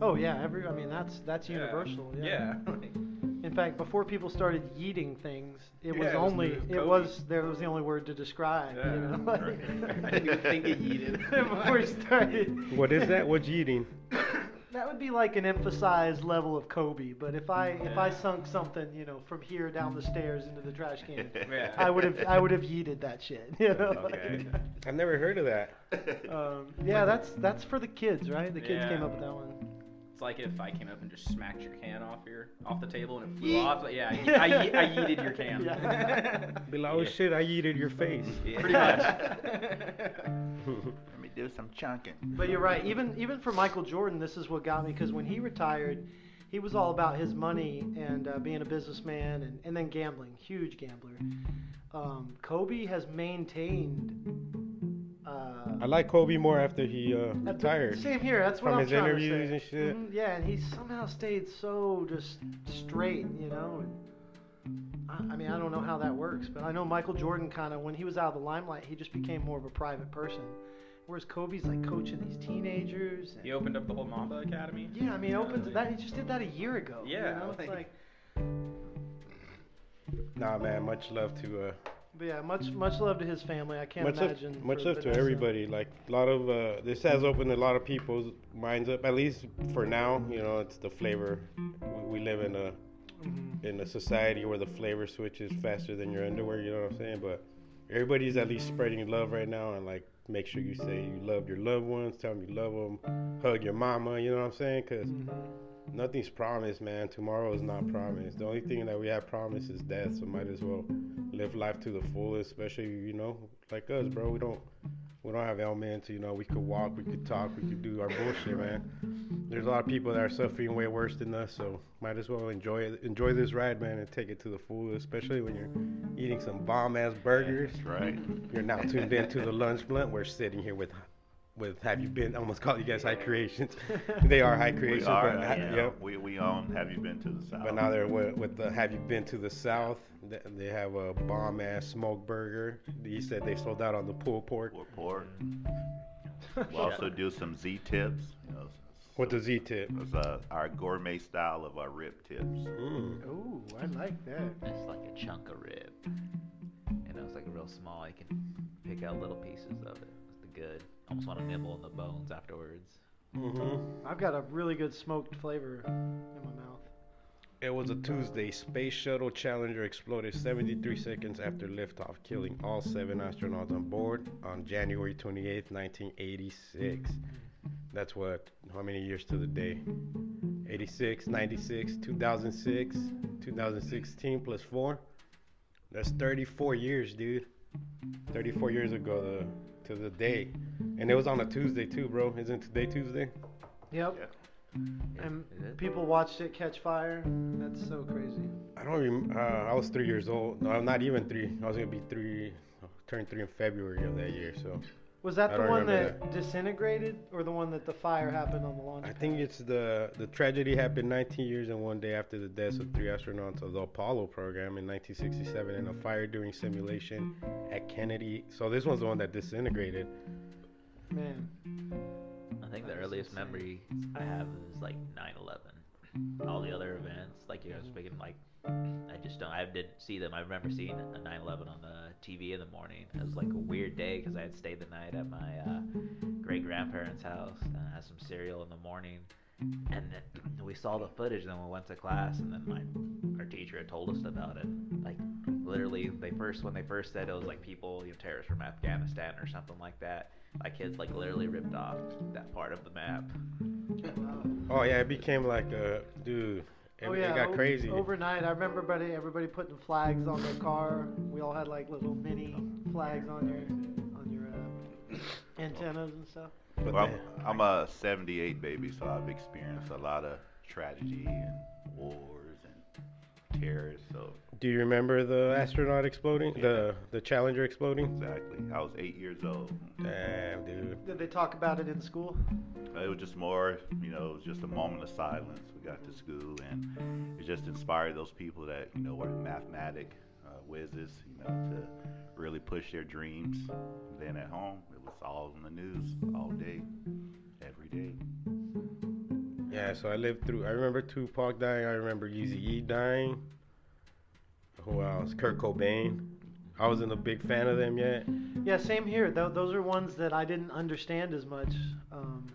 Speaker 2: Oh yeah, every. I mean, that's that's
Speaker 5: Yeah.
Speaker 2: universal.
Speaker 5: Yeah.
Speaker 2: In fact, before people started yeeting things, it was
Speaker 5: Yeah, it was
Speaker 2: only
Speaker 5: the
Speaker 2: it
Speaker 5: Kobe.
Speaker 2: was there was the only word to describe.
Speaker 5: Yeah,
Speaker 2: you know?
Speaker 5: right. I didn't even think of yeeted.
Speaker 2: before it started.
Speaker 1: What is that? What you eating?
Speaker 2: That would be like an emphasized level of Kobe. But if I if I
Speaker 5: Yeah.
Speaker 2: sunk something, you know, from here down the stairs into the trash can,
Speaker 5: Yeah.
Speaker 2: I would have I would have yeeted that shit. You know?
Speaker 4: Okay.
Speaker 1: I've never heard of that. uh,
Speaker 2: um, yeah, that's that's for the kids, right? The kids came
Speaker 5: Yeah.
Speaker 2: up with that one.
Speaker 5: It's like if I came up and just smacked your can off your off the table and it flew
Speaker 2: Yeet.
Speaker 5: off. Like, yeah, I, ye- I, ye- I yeeted your can.
Speaker 2: Yeah.
Speaker 1: Be like, oh
Speaker 4: Yeah.
Speaker 1: shit, I yeeted your face.
Speaker 4: Yeah.
Speaker 5: Pretty much.
Speaker 3: Let me do some chunking.
Speaker 2: But you're right. Even even for Michael Jordan, this is what got me because when he retired, he was all about his money and uh, being a businessman and, and then gambling, huge gambler. Um, Kobe has maintained. Uh,
Speaker 1: I like Kobe more after he uh,
Speaker 2: that's-
Speaker 1: retired.
Speaker 2: Same here. That's what
Speaker 1: From
Speaker 2: I'm
Speaker 1: his
Speaker 2: trying
Speaker 1: interviews
Speaker 2: to
Speaker 1: and
Speaker 2: say.
Speaker 1: shit.
Speaker 2: Mhm, yeah, and he somehow stayed so just straight, you know. And I, I mean, I don't know how that works, but I know Michael Jordan kind of when he was out of the limelight, he just became more of a private person. Whereas Kobe's like coaching these teenagers. And,
Speaker 5: he opened up the whole Mamba Academy.
Speaker 2: yeah, I mean, it opens that. He just did that a year ago. you
Speaker 5: Yeah,
Speaker 2: know? it's
Speaker 5: like-
Speaker 2: like
Speaker 1: Nah, man, much love to uh,
Speaker 2: But yeah, much much love to his family. I can't
Speaker 1: much
Speaker 2: imagine.
Speaker 1: love, much
Speaker 2: for
Speaker 1: love to
Speaker 2: Vanessa.
Speaker 1: everybody. Like a lot of uh, this has opened a lot of people's minds up. At least for now, you know, it's the flavor. We, we live in a
Speaker 2: Mhm.
Speaker 1: in a society where the flavor switches faster than your underwear. You know what I'm saying? But everybody's at least spreading love right now, and like make sure you say you love your loved ones, tell them you love them, hug your mama. You know what I'm saying? Because
Speaker 2: Mhm.
Speaker 1: nothing's promised, man. Tomorrow is not promised. The only thing that we have promised is death. So might as well live life to the fullest. Especially you know, like us, bro. We don't we don't have ailments. You know, we could walk, we could talk, we could do our bullshit, man. There's a lot of people that are suffering way worse than us. So might as well enjoy it. Enjoy this ride, man, and take it to the fullest. Especially when you're eating some bomb ass burgers.
Speaker 3: That's right.
Speaker 1: You're now tuned into the lunch blunt. We're sitting here with. With have you been? I almost called you guys high creations. They are high
Speaker 3: We
Speaker 1: creations,
Speaker 3: are.
Speaker 1: but
Speaker 3: uh,
Speaker 1: ha-
Speaker 3: yeah,
Speaker 1: yep.
Speaker 3: We we own. Have you been to the south?
Speaker 1: But now they're with, with the Have You Been to the South? Th- They have a bomb ass smoke burger. He said they sold out on the pulled pork
Speaker 3: We're poor. We also do some Z tips. You know,
Speaker 1: with the Z tip.
Speaker 3: it's, uh, our gourmet style of our rib tips.
Speaker 1: Mm.
Speaker 2: Ooh, I like that.
Speaker 4: That's like a chunk of rib. And it was like real small. You can pick out little pieces of it. It's the good. Almost want to nibble on the bones afterwards.
Speaker 1: hmm
Speaker 2: I've got a really good smoked flavor in my mouth.
Speaker 1: It was a Tuesday. Space Shuttle Challenger exploded 73 seconds after liftoff, killing all seven astronauts on board on January 28th, 1986. That's what, how many years to the day? 86, 96, 2006, 2016 plus four. That's 34 years, dude. 34 years ago the, to the day. And it was on a Tuesday, too, bro. Isn't today Tuesday?
Speaker 2: Yep. And people watched it catch fire. That's so crazy.
Speaker 1: I don't remember. Uh, I was three years old. No, I'm not even three. I was gonna be three. Turned three in February of that year. So
Speaker 2: Was
Speaker 1: I
Speaker 2: that the
Speaker 1: don't
Speaker 2: one that,
Speaker 1: remember
Speaker 2: disintegrated, or the one that the fire happened on the launch?
Speaker 1: I
Speaker 2: pad?
Speaker 1: think it's the the tragedy happened 19 years and one day after the deaths of three astronauts of the Apollo program in 1967 in a fire during simulation at Kennedy. So this one's the one that disintegrated.
Speaker 2: Man,
Speaker 4: I think the
Speaker 2: That is
Speaker 4: earliest
Speaker 2: insane.
Speaker 4: memory I have is like 9/11. All the other events, like you guys
Speaker 2: Mhm.
Speaker 4: speaking, like I just don't. I didn't see them. I remember seeing a 9/11 on the TV in the morning. It was like a weird day because I had stayed the night at my uh, great grandparents' house and I had some cereal in the morning. And then we saw the footage, and then we went to class, and then my our teacher had told us about it. Like literally, they first when they first said it was like people, you know, terrorists from Afghanistan or something like that. My kids like literally ripped off that part of the map.
Speaker 1: Oh yeah, it became like a dude. It,
Speaker 2: oh
Speaker 1: it
Speaker 2: yeah,
Speaker 1: got
Speaker 2: o-
Speaker 1: crazy.
Speaker 2: Overnight, I remember everybody, everybody putting flags on their car. We all had like little mini flags on your on your uh, antennas and stuff.
Speaker 1: but
Speaker 3: Well,
Speaker 1: the-
Speaker 3: I'm, I'm a 78 baby, so I've experienced a lot of tragedy and wars and terror. So,
Speaker 1: do you remember the astronaut exploding? The the Challenger exploding?
Speaker 3: exactly. I was eight years old.
Speaker 1: Damn, dude.
Speaker 2: Did they talk about it in school?
Speaker 3: It was just more, you know, it was just a moment of silence. We got to school, and it just inspired those people that, you know, were mathematic uh, whizzes, you know, to really push their dreams. then at home, it was all in the news all day, every day.
Speaker 1: Yeah, so I lived through. I remember Tupac dying. I remember Yeezy E dying. Who else? Kurt Cobain. I wasn't a big fan of them yet.
Speaker 2: Yeah, same here. Tho- those are ones that I didn't understand as much um,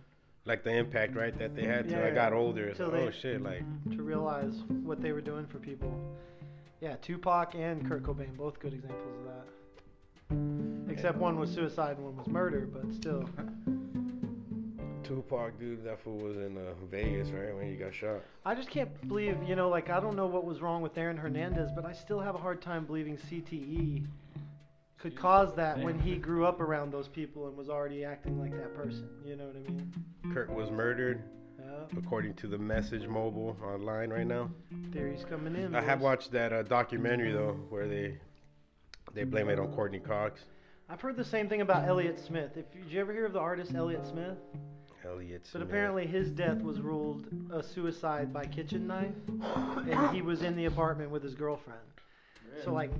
Speaker 1: Like the impact, right, that they had till I
Speaker 2: Yeah,
Speaker 1: got older. It's
Speaker 2: till
Speaker 1: like,
Speaker 2: they-
Speaker 1: oh shit, like
Speaker 2: to realize what they were doing for people. Yeah, Tupac and Kurt Cobain, both good examples of that. Except one was suicide and one was murder, but still.
Speaker 1: Tupac, dude, that fool was in uh, Vegas, right, when he got shot.
Speaker 2: I just can't believe, you know, like I don't know what was wrong with Aaron Hernandez, but I still have a hard time believing CTE could cause that when he grew up around those people and was already acting like that person. You know what I mean?
Speaker 1: Kurt was murdered,
Speaker 2: Yeah,
Speaker 1: according to the Message Mobile online right now.
Speaker 2: theories coming in.
Speaker 1: I have
Speaker 2: boys.
Speaker 1: watched that uh, documentary though, where they they blame it on Courtney Cox,
Speaker 2: I've heard the same thing about Elliot Smith. If you, did you ever hear of the artist Elliot Smith?
Speaker 1: Elliot.
Speaker 2: But
Speaker 1: Smith.
Speaker 2: apparently his death was ruled a suicide by kitchen knife, and he was in the apartment with his girlfriend. So like,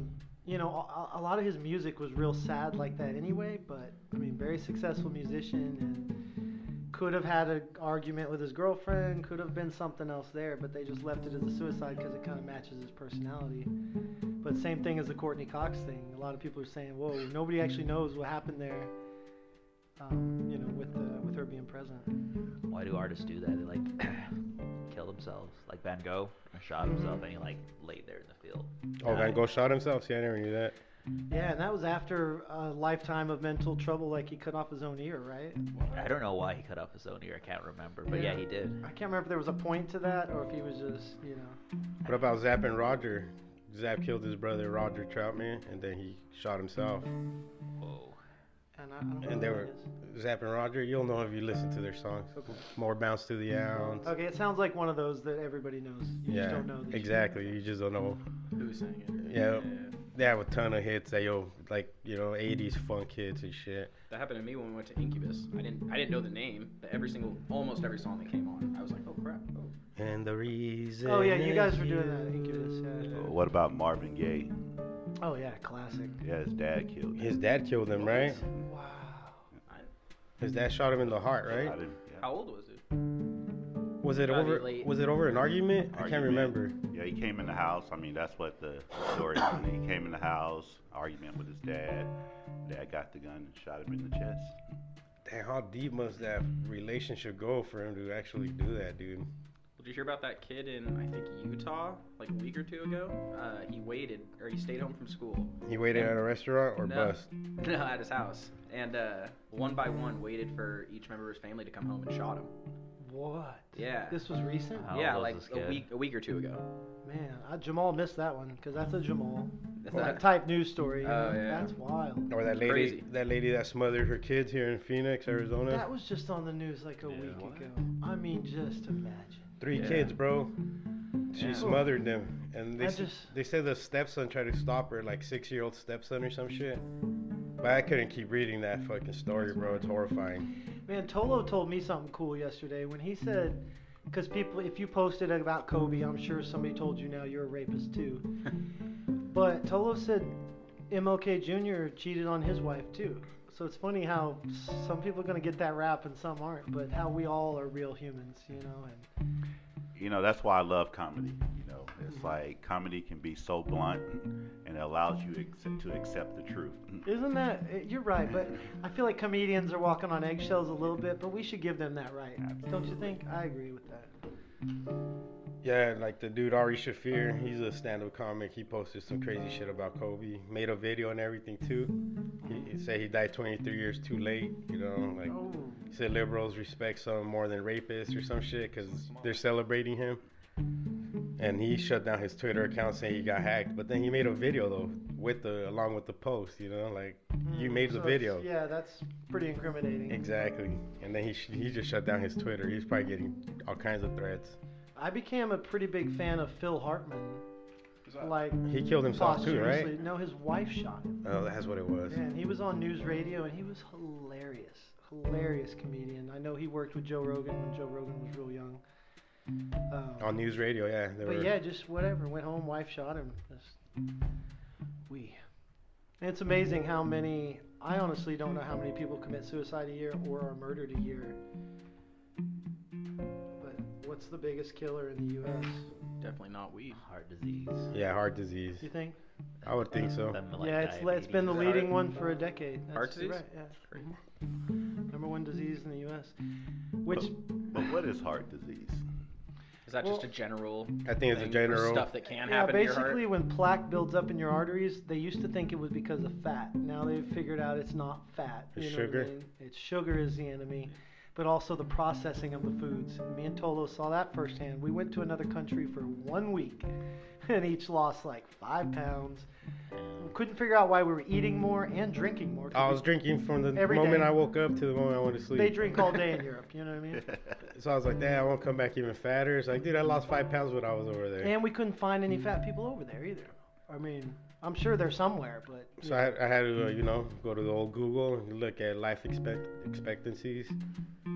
Speaker 2: you know, a, a lot of his music was real sad like that anyway. But I mean, very successful musician and could have had an argument with his girlfriend, could have been something else there, but they just left it as a suicide because it kind of matches his personality. But same thing as the Courtney Cox thing. A lot of people are saying, "Whoa, nobody actually knows what happened there." Um, you know, with the with her being present.
Speaker 4: Why do artists do that? They like kill themselves. Like Van Gogh shot himself and he like laid there in the field.
Speaker 1: Oh, Van Gogh shot himself. See, I never knew that.
Speaker 2: Yeah, and that was after a lifetime of mental trouble. Like he cut off his own ear, right?
Speaker 4: I don't know why he cut off his own ear. I can't remember, but yeah,
Speaker 2: Yeah.
Speaker 4: he did.
Speaker 2: I can't remember if there was a point to that or if he was just, you know.
Speaker 1: What about Zapp and Roger? Zapp killed his brother Roger Troutman, and then he shot himself.
Speaker 4: Whoa.
Speaker 2: And I, I don't know.
Speaker 1: And they
Speaker 2: who
Speaker 1: were
Speaker 2: that is.
Speaker 1: Zapp and Roger. You'll know if you listen to their songs.
Speaker 2: Okay.
Speaker 1: More bounce to the ounce.
Speaker 2: Okay, it sounds like one of those that everybody knows. Oh, You just
Speaker 1: Yeah,
Speaker 2: don't know. that you-
Speaker 1: exactly. You just don't know.
Speaker 5: Who sang it?
Speaker 1: Yeah. They have a ton of hits that you'll like, you know, 80s funk hits and shit.
Speaker 5: That happened to me when we went to Incubus. I didn't I didn't know the name, but every single almost every song that came on, I was like, oh crap. Oh.
Speaker 1: And the reason.
Speaker 2: Oh yeah, you
Speaker 1: is
Speaker 2: guys were doing that.
Speaker 1: you-
Speaker 2: Incubus. Yeah.
Speaker 3: Uh, What about Marvin Gaye?
Speaker 2: Oh yeah, classic.
Speaker 3: Yeah, his dad killed him.
Speaker 1: His dad killed him, right?
Speaker 2: Wow.
Speaker 1: His dad shot him in the heart,
Speaker 3: I
Speaker 1: right?
Speaker 3: didn't- yeah.
Speaker 5: How old was it?
Speaker 1: Was it
Speaker 5: Probably
Speaker 1: over?
Speaker 5: late.
Speaker 1: Was it over an argument? I can't
Speaker 3: Argument.
Speaker 1: remember.
Speaker 3: Yeah, he came in the house. I mean, that's what the story. is. he came in the house, argument with his dad. Dad got the gun and shot him in the chest.
Speaker 1: Damn, how deep must that relationship go for him to actually do that, dude?
Speaker 6: Did you hear about that kid in I think Utah like a week or two ago? Uh, he waited or he stayed home from school.
Speaker 1: He waited at a restaurant or
Speaker 6: No.
Speaker 1: bust?
Speaker 6: No, at his house, and uh, one by one waited for each member of his family to come home and shot him.
Speaker 2: What?
Speaker 6: Yeah.
Speaker 2: This was recent.
Speaker 1: Uh-huh.
Speaker 4: How
Speaker 6: yeah,
Speaker 4: old was
Speaker 6: like
Speaker 4: this
Speaker 6: a
Speaker 4: kid?
Speaker 6: week a week or two ago.
Speaker 2: Man, I, Jamal missed that one because that's a Jamal.
Speaker 6: That's
Speaker 2: That
Speaker 6: not-
Speaker 2: type news story. you
Speaker 6: Oh,
Speaker 2: know?
Speaker 6: yeah.
Speaker 2: That's wild.
Speaker 1: Or that lady,
Speaker 6: Crazy.
Speaker 1: that lady that smothered her kids here in Phoenix, Arizona.
Speaker 2: That was just on the news like a
Speaker 4: Yeah.
Speaker 2: week ago. I mean, just imagine.
Speaker 1: Three
Speaker 6: Yeah.
Speaker 1: kids, bro. She
Speaker 6: Yeah.
Speaker 1: smothered them, and they
Speaker 2: I
Speaker 1: s-
Speaker 2: just-
Speaker 1: they said the stepson tried to stop her, like six year old stepson or some shit. But I couldn't keep reading that fucking story, bro. It's horrifying.
Speaker 2: Man, Tolo told me something cool yesterday when he said, because people, if you posted about Kobe, I'm sure somebody told you now you're a rapist too. but Tolo said MLK Jr. cheated on his wife too. So it's funny how some people are going to get that rap and some aren't, but how we all are real humans, you know? And
Speaker 3: You know, that's why I love comedy. You know, it's like comedy can be so blunt, and it allows you to accept, to accept the truth.
Speaker 2: isn't that, eh, you're right, but I feel like comedians are walking on eggshells a little bit, but we should give them that right. Don't you think? I agree with that.
Speaker 1: Yeah, like the dude Ari Shafir, he's a stand up comic. He posted some crazy shit about Kobe. Made a video and everything too. He, he said he died 23 years too late. You know, like
Speaker 2: Oh,
Speaker 1: he said liberals respect some more than rapists or some shit because they're celebrating him. And he shut down his Twitter account saying he got hacked. But then he made a video though, with the along with the post. You know, like you
Speaker 2: mm,
Speaker 1: made
Speaker 2: so
Speaker 1: the
Speaker 2: it's-
Speaker 1: video.
Speaker 2: Yeah, that's pretty incriminating.
Speaker 1: Exactly. And then he sh- he just shut down his Twitter. He's probably getting all kinds of threats.
Speaker 2: I became a pretty big fan of Phil Hartman. Like
Speaker 1: He killed himself too, right?
Speaker 2: posthumously- No, his wife shot him.
Speaker 1: Oh, that's what it was.
Speaker 2: And he was on news radio, and he was hilarious, hilarious comedian. I know he worked with Joe Rogan when Joe Rogan was real young. Um,
Speaker 1: On news radio, yeah. They
Speaker 2: but
Speaker 1: were,
Speaker 2: yeah, just whatever. Went home, wife shot him. Just we. And it's amazing how many. I honestly don't know how many people commit suicide a year or are murdered a year. But what's the biggest killer in the U.S.?
Speaker 6: Definitely not weed.
Speaker 4: Heart disease.
Speaker 1: yeah, heart disease.
Speaker 2: Do you think?
Speaker 1: I would think so.
Speaker 4: Them, like,
Speaker 2: yeah, it's, le- it's been the
Speaker 6: diabetes. uh,
Speaker 2: leading one for a decade. That's
Speaker 6: Heart disease?
Speaker 2: Right, yeah. Mm-hmm. Number one disease in the U.S. Which
Speaker 3: But what is heart diabetes?
Speaker 6: Is that just a
Speaker 2: Well-
Speaker 6: general?
Speaker 1: I think it's a
Speaker 6: thing for
Speaker 1: general.
Speaker 6: stuff that can
Speaker 2: yeah,
Speaker 6: happen to your heart?
Speaker 2: basically when plaque builds up in your arteries, they used to think it was because of fat. Now they've figured out it's not fat.
Speaker 1: It's
Speaker 2: you know what I
Speaker 1: sugar.
Speaker 2: mean? It's sugar is the enemy, but also the processing of the foods. Me and Tolo saw that firsthand. We went to another country for one week, and each lost like five pounds. Couldn't figure out why we were eating more and drinking more. 'cause
Speaker 1: I
Speaker 2: we-
Speaker 1: was drinking from the
Speaker 2: Every
Speaker 1: moment
Speaker 2: day.
Speaker 1: I woke up to the moment I went to sleep.
Speaker 2: they drink all day in Europe. You know what I mean?
Speaker 1: So I was like, damn, I won't come back even fatter. It's like, dude, I lost five pounds when I was over there.
Speaker 2: And we couldn't find any fat people over there either. I mean, I'm sure they're somewhere, but
Speaker 1: So I, I had to, uh, you know, go to the old Google and look at life expect expectancies.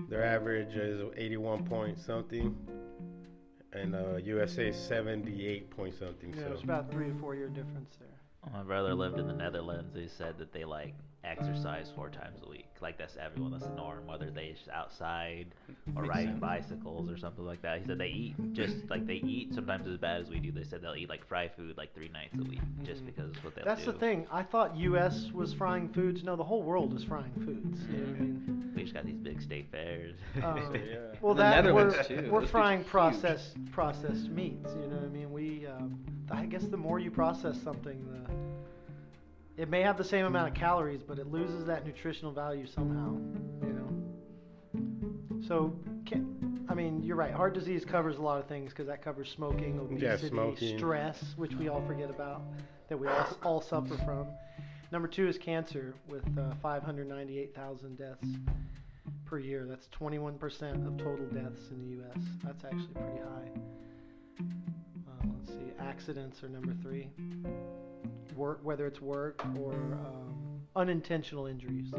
Speaker 1: Their average is 81 point something, and uh, USA is 78 point something.
Speaker 2: yeah,
Speaker 1: so
Speaker 2: there's about three to four year difference there.
Speaker 4: My brother lived in the Netherlands. He said that they like exercise four times a week. Like that's everyone. That's the norm. Whether they just outside or
Speaker 5: Makes
Speaker 4: riding
Speaker 5: sense.
Speaker 4: bicycles or something like that. He said they eat just like they eat sometimes as bad as we do. They said they'll eat like fried food like three nights a week just
Speaker 2: Mhm.
Speaker 4: because it's what they'll
Speaker 2: That's
Speaker 4: do.
Speaker 2: the thing. I thought U.S. was frying foods. No, the whole world is frying foods. You know what I mean?
Speaker 4: We just got these big state fairs.
Speaker 2: Um,
Speaker 5: Yeah.
Speaker 2: Well,
Speaker 5: The
Speaker 2: that
Speaker 5: Netherlands,
Speaker 2: we're,
Speaker 5: too. Those
Speaker 2: we're
Speaker 5: things
Speaker 2: frying
Speaker 5: are huge.
Speaker 2: processed processed meats. You know what I mean? We, um, I guess, the more you process something, the it may have the same amount of calories, but it loses that nutritional value somehow. You know. So, can, I mean, you're right. Heart disease covers a lot of things because that covers smoking, obesity,
Speaker 1: Yeah, smoking.
Speaker 2: stress, which we all forget about, that we all all suffer from. Number two is cancer with uh, 598,000 deaths per year. That's 21% of total deaths in the U.S. That's actually pretty high. Um, let's see, accidents are number three. Work, whether it's work or um, unintentional injuries. So.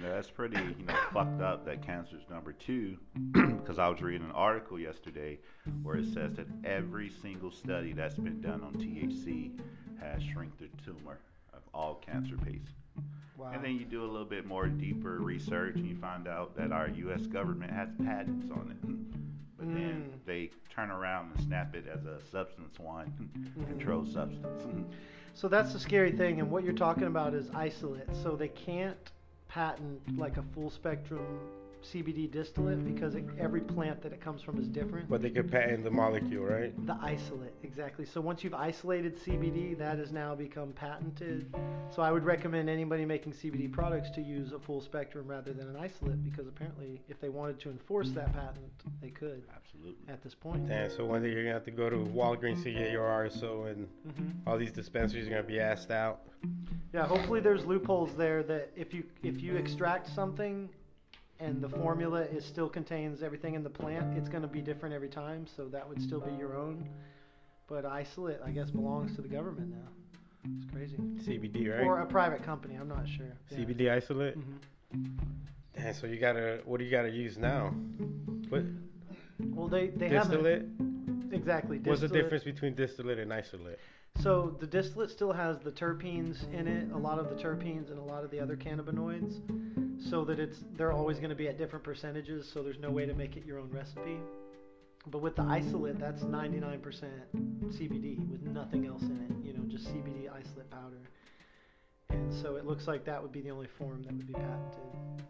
Speaker 3: Yeah, that's pretty, you know, fucked up that cancer's number two, because I was reading an article yesterday where it says that every single study that's been done on THC has shrunk the tumor of all cancer patients.
Speaker 2: Wow.
Speaker 3: And then you do a little bit more deeper research and you find out that our U.S. government has patents on it. But then
Speaker 2: Mm.
Speaker 3: they turn around and snap it as a substance one,
Speaker 2: Mhm.
Speaker 3: controlled substance.
Speaker 2: So that's the scary thing, and what you're talking about is isolates. So they can't patent like a full spectrum CBD distillate because it, every plant that it comes from is different.
Speaker 1: But they could patent the molecule, right?
Speaker 2: The isolate, exactly. So once you've isolated CBD, that has now become patented. So I would recommend anybody making CBD products to use a full spectrum rather than an isolate because apparently, if they wanted to enforce that patent, they could
Speaker 3: Absolutely.
Speaker 2: at this point.
Speaker 1: Damn, so one day you're gonna have to go to Walgreens to get your RSO, and
Speaker 2: Mm-hmm.
Speaker 1: all these dispensaries are gonna be assed out.
Speaker 2: Yeah, hopefully there's loopholes there that if you if you extract something and the formula is still contains everything in the plant, it's going to be different every time, so that would still be your own. But isolate, I guess, belongs to the government now. It's crazy.
Speaker 1: CBD, right?
Speaker 2: Or a private company, I'm not sure. Yeah.
Speaker 1: CBD isolate.
Speaker 2: Mhm.
Speaker 1: Damn, so you gotta, what do you gotta use now? What
Speaker 2: Well, they they
Speaker 1: distillate?
Speaker 2: haven't exactly.
Speaker 1: What's the
Speaker 2: distillate.
Speaker 1: difference between distillate and isolate?
Speaker 2: So the distillate still has the terpenes in it, a lot of the terpenes and a lot of the other cannabinoids, so that it's they're always going to be at different percentages. So there's no way to make it your own recipe. But with the isolate, that's 99% CBD with nothing else in it. You know, just CBD isolate powder. And so it looks like that would be the only form that would be patented.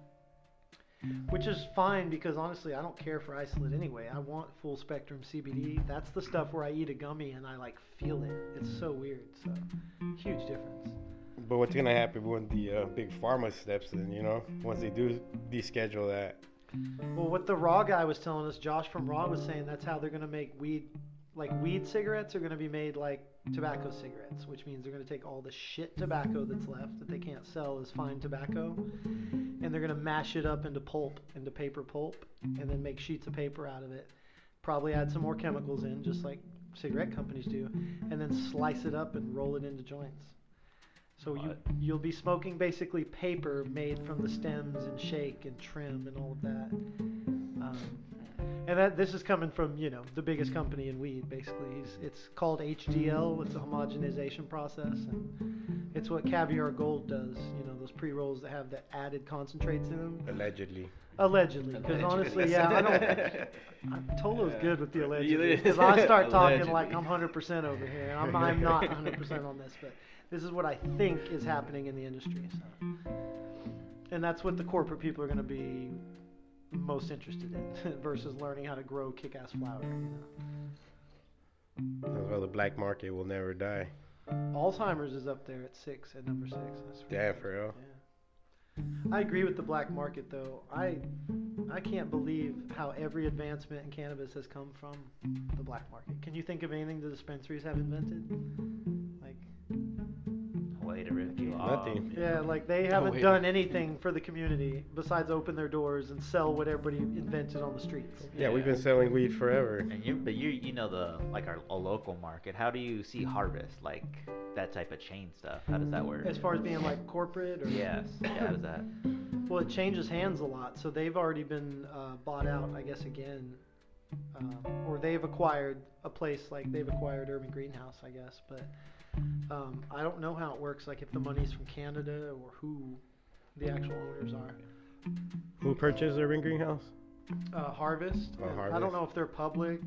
Speaker 2: Which is fine because honestly, I don't care for isolate anyway. I want full spectrum CBD. That's the stuff where I eat a gummy and I like feel it. It's so weird. So, huge difference.
Speaker 1: But what's gonna happen when the uh, big pharma steps in? You know, once they do deschedule that,
Speaker 2: Well, what the Raw guy was telling us, Josh from Raw was saying that's how they're going to make weed, like weed cigarettes are going to be made like tobacco cigarettes, which means they're going to take all the shit tobacco that's left that they can't sell as fine tobacco, and they're going to mash it up into pulp, into paper pulp, and then make sheets of paper out of it. Probably add some more chemicals in, just like cigarette companies do, and then slice it up and roll it into joints. So you
Speaker 4: Hot.
Speaker 2: you'll be smoking basically paper made from the stems and shake and trim and all of that. Um, and that this is coming from you know the biggest company in weed basically. It's, it's called HDL. It's a homogenization process, and it's what Caviar Gold does. You know those pre rolls that have the added concentrates in them.
Speaker 1: allegedly.
Speaker 2: Allegedly, because honestly,
Speaker 5: Allegedly.
Speaker 2: yeah, I don't. I'm Tolo's
Speaker 5: Yeah.
Speaker 2: good with the
Speaker 5: You
Speaker 2: allegedly.
Speaker 5: li-
Speaker 2: Because I start talking like
Speaker 5: Allegedly.
Speaker 2: I'm 100% over here, and I'm, I'm not 100% on this, but this is what I think is happening in the industry. So. And that's what the corporate people are going to be most interested in versus learning how to grow kick ass flower. You
Speaker 1: That's why the black market will never die.
Speaker 2: know? Alzheimer's is up there at six, at number six. I swear.
Speaker 1: Damn, for real.
Speaker 2: Yeah. I agree with the black market though. I I can't believe how every advancement in cannabis has come from the black market. Can you think of anything the dispensaries have invented? Like
Speaker 4: Way to rip you off.
Speaker 1: Nothing.
Speaker 2: yeah, like they haven't
Speaker 5: wait.
Speaker 2: done anything for the community besides open their doors and sell what everybody invented on the streets.
Speaker 1: Yeah, we've been selling weed forever.
Speaker 4: And you, but you, you know the like our a local market. How do you see harvest like that type of chain stuff? How does that work?
Speaker 2: As far as being like corporate or
Speaker 4: yes, yeah, how does that?
Speaker 2: Well, it changes hands a lot, so they've already been uh, bought out, I guess, again, uh, um, or they've acquired a place like they've acquired Urban Greenhouse, I guess. But Um, I don't know how it works, like if the money's from Canada or who the actual owners are.
Speaker 1: Who purchased the ring greenhouse?
Speaker 2: Uh, Harvest.
Speaker 1: Oh,
Speaker 2: I
Speaker 1: Harvest.
Speaker 2: don't know if they're public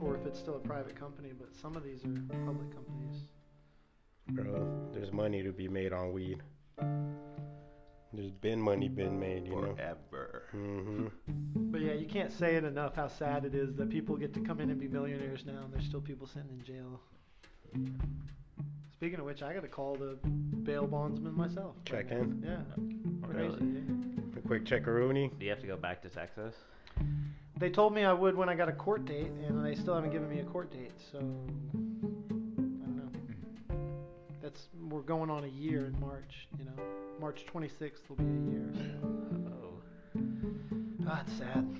Speaker 2: or if it's still a private company, but some of these are public companies.
Speaker 1: Bro, there's money to be made on weed. There's been money been made, you
Speaker 3: e-
Speaker 1: know.
Speaker 3: Forever.
Speaker 1: Mm-hmm.
Speaker 2: But yeah, you can't say it enough how sad it is that people get to come in and be millionaires now, and there's still people sitting in jail. Speaking of which, I got to call the bail bondsman myself.
Speaker 1: Check
Speaker 2: now.
Speaker 1: in?
Speaker 2: Yeah.
Speaker 4: Really?
Speaker 2: Crazy. dude.
Speaker 1: A quick checkaroonie.
Speaker 4: Do you have to go back to Texas?
Speaker 2: They told me I would when I got a court date, and they still haven't given me a court date. So I don't know. That's we're going on a year in March. You know, March 26th will be a year. So.
Speaker 4: Oh,
Speaker 2: Ah, it's sad.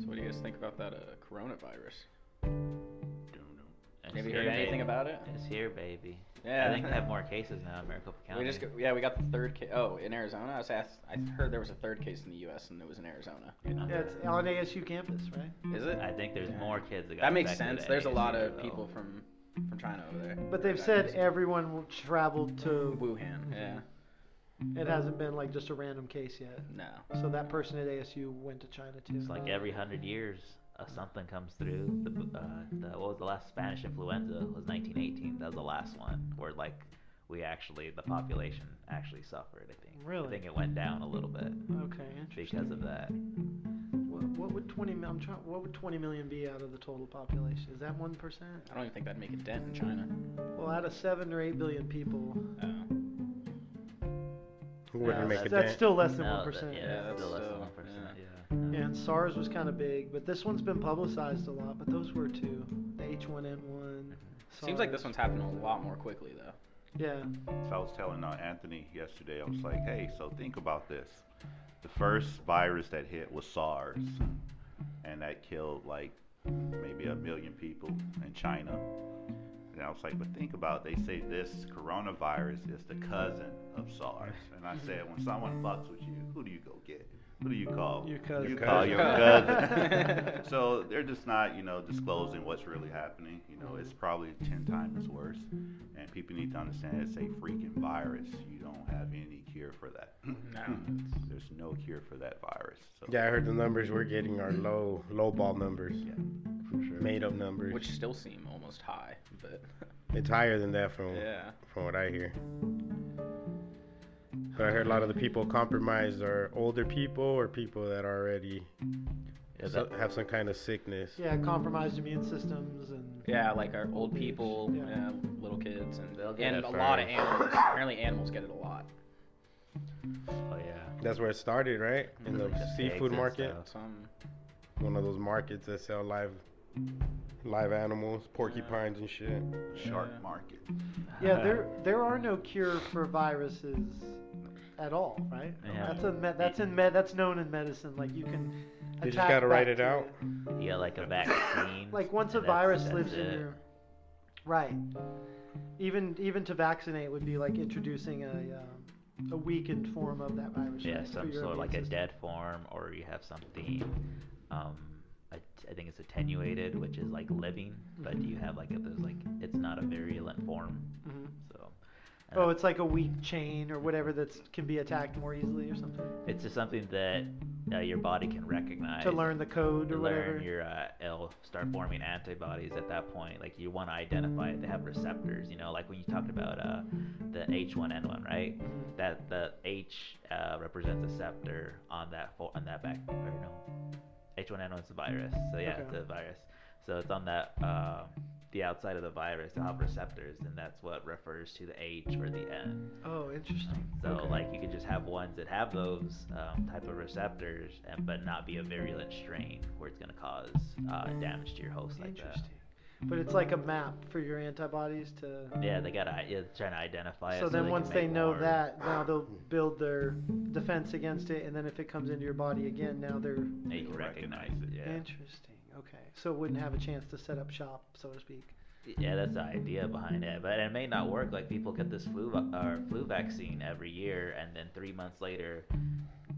Speaker 5: So what do you guys think about that uh, coronavirus?
Speaker 3: Don't know.
Speaker 4: it's
Speaker 5: Have you
Speaker 4: here,
Speaker 5: heard anything
Speaker 4: baby.
Speaker 5: about it?
Speaker 4: It's here, baby.
Speaker 5: Yeah.
Speaker 4: I think they have more cases now in Maricopa County.
Speaker 5: We just got, yeah we got the third case. Oh, in Arizona, I was asked. I heard there was a third case in the U.S. and it was in Arizona.
Speaker 2: Yeah, it's on ASU campus, right?
Speaker 5: Is it?
Speaker 4: I think there's more kids that got
Speaker 5: That makes
Speaker 4: infected
Speaker 5: sense.
Speaker 4: at
Speaker 5: There's a lot
Speaker 4: ASU,
Speaker 5: of
Speaker 4: though.
Speaker 5: people from from China over there.
Speaker 2: But they've
Speaker 5: That
Speaker 2: said
Speaker 5: is-
Speaker 2: everyone will travel to.
Speaker 5: Wuhan. Yeah.
Speaker 2: It hasn't been like just a random case yet.
Speaker 5: No.
Speaker 2: So that person at ASU went to China too.
Speaker 4: It's like every hundred years, uh, something comes through. The, b- uh, the what was the last Spanish influenza was 1918. That was the last one where like we actually the population actually suffered. I think.
Speaker 2: Really?
Speaker 4: I think it went down a little bit
Speaker 2: Okay, interesting.
Speaker 4: because of that.
Speaker 2: What, what would 20? mil- I'm trying. What would 20 million be out of the total population? Is that one percent?
Speaker 5: I don't even think that'd make a dent in China.
Speaker 2: Well, out of seven or eight billion people,
Speaker 1: Wouldn't
Speaker 4: Yeah,
Speaker 1: make a
Speaker 2: that's,
Speaker 4: that-
Speaker 1: dent.
Speaker 2: still less than
Speaker 4: No,
Speaker 2: one
Speaker 4: that-
Speaker 2: percent.
Speaker 4: yeah, that's
Speaker 5: that's
Speaker 4: still less than
Speaker 5: so-
Speaker 4: one percent.
Speaker 2: Yeah,
Speaker 4: Yeah.
Speaker 2: and SARS was kind of big, but this one's been publicized a lot. But those were two, the H1N1.
Speaker 5: Seems like this
Speaker 2: SARS.
Speaker 5: one's happening a lot more quickly though.
Speaker 2: Yeah,
Speaker 3: So I was telling uh, Anthony yesterday, I was like, hey, so think about this. The first virus that hit was SARS, and that killed like maybe a million people in China. And I was like, but think about it. They say this coronavirus is the cousin of SARS. And I said, when someone fucks with you, who do you go get? Who do you call?
Speaker 2: Your cousin.
Speaker 3: You
Speaker 1: Your
Speaker 3: call
Speaker 1: cousin.
Speaker 3: your cousin. so they're just not, you know, disclosing what's really happening. You know, it's probably 10 times worse. And people need to understand it's a freaking virus. You don't have any cure for that.
Speaker 5: Hmm.
Speaker 3: There's no cure for that virus. So
Speaker 1: Yeah, I heard the numbers we're getting are low, low ball numbers,
Speaker 3: Yeah,
Speaker 1: made up numbers.
Speaker 5: Which still seem almost high, but
Speaker 1: it's higher than that from
Speaker 5: yeah.
Speaker 1: from what I hear. But I heard a lot of the people compromised are older people or people that already
Speaker 4: Yeah,
Speaker 1: so-
Speaker 4: that-
Speaker 1: have some kind of sickness.
Speaker 2: yeah, compromised immune systems and
Speaker 5: Yeah, like our old people,
Speaker 2: Yeah.
Speaker 5: yeah, little kids, and
Speaker 4: They'll get
Speaker 5: and
Speaker 4: it
Speaker 5: a lot of
Speaker 1: first.
Speaker 5: animals. Apparently, animals get it a lot.
Speaker 4: Oh yeah.
Speaker 1: That's where it started, right? In the
Speaker 4: Like Mm-hmm. the pigs
Speaker 1: seafood
Speaker 4: and
Speaker 1: market,
Speaker 4: stuff.
Speaker 5: Some
Speaker 1: one of those markets that sell live live animals, porcupines and shit.
Speaker 3: Shark
Speaker 5: Yeah.
Speaker 3: market.
Speaker 4: Uh-huh.
Speaker 2: yeah, there there are no cure for viruses at all, right?
Speaker 4: Yeah.
Speaker 2: That's a me- that's in med that's known in medicine. Like you can.
Speaker 1: You just
Speaker 2: attack
Speaker 1: gotta write it
Speaker 2: bacteria.
Speaker 1: out.
Speaker 4: Yeah, like a vaccine.
Speaker 2: Like once a
Speaker 4: and that's-
Speaker 2: virus
Speaker 4: that's
Speaker 2: lives in
Speaker 4: it.
Speaker 2: your right, even even to vaccinate would be like introducing a um, a weakened form of that virus.
Speaker 4: Yeah,
Speaker 2: right, for
Speaker 4: some
Speaker 2: your
Speaker 4: sort of
Speaker 2: immune
Speaker 4: like a
Speaker 2: system.
Speaker 4: dead form, or you have something. Um, at- I think it's attenuated, which is like living, but you have like a, there's like it's not a virulent form.
Speaker 2: Mhm.
Speaker 4: So. and
Speaker 2: Oh, it's like a weak chain or whatever that can be attacked more easily or something
Speaker 4: It's just something that uh, your body can recognize.
Speaker 2: to learn the code
Speaker 4: to
Speaker 2: or
Speaker 4: learn
Speaker 2: whatever.
Speaker 4: your uh, it'll start forming antibodies at that point. Like you want to identify it. They have receptors, you know. Like when you talked about uh, the H1N1, right?
Speaker 2: Mhm.
Speaker 4: That the H uh, represents a receptor on that fo- on that back. Or no, H1N1 is a virus. So yeah,
Speaker 2: Okay.
Speaker 4: it's a virus. So it's on that uh, the outside of the virus. They have receptors, and that's what refers to the H or the N.
Speaker 2: Oh, interesting.
Speaker 4: So
Speaker 2: Okay.
Speaker 4: like you could just have ones that have those um, type of receptors, and, but not be a virulent strain where it's gonna cause uh, damage to your host like that.
Speaker 2: interesting. But it's like a map for your antibodies to.
Speaker 4: Yeah, they gotta yeah, they're trying to identify it.
Speaker 2: So then
Speaker 4: can
Speaker 2: once they
Speaker 4: make
Speaker 2: know
Speaker 4: more.
Speaker 2: that, now they'll
Speaker 5: Hmm.
Speaker 2: build their defense against it, and then if it comes into your body again, now they're
Speaker 4: they can
Speaker 3: They'll
Speaker 4: recognize
Speaker 3: recognize
Speaker 4: it. Yeah,
Speaker 2: Interesting. Okay. So it wouldn't have a chance to set up shop, so to speak.
Speaker 4: yeah, that's the idea behind it. But it may not work. Like people get this flu va- or flu vaccine every year, and then three months later,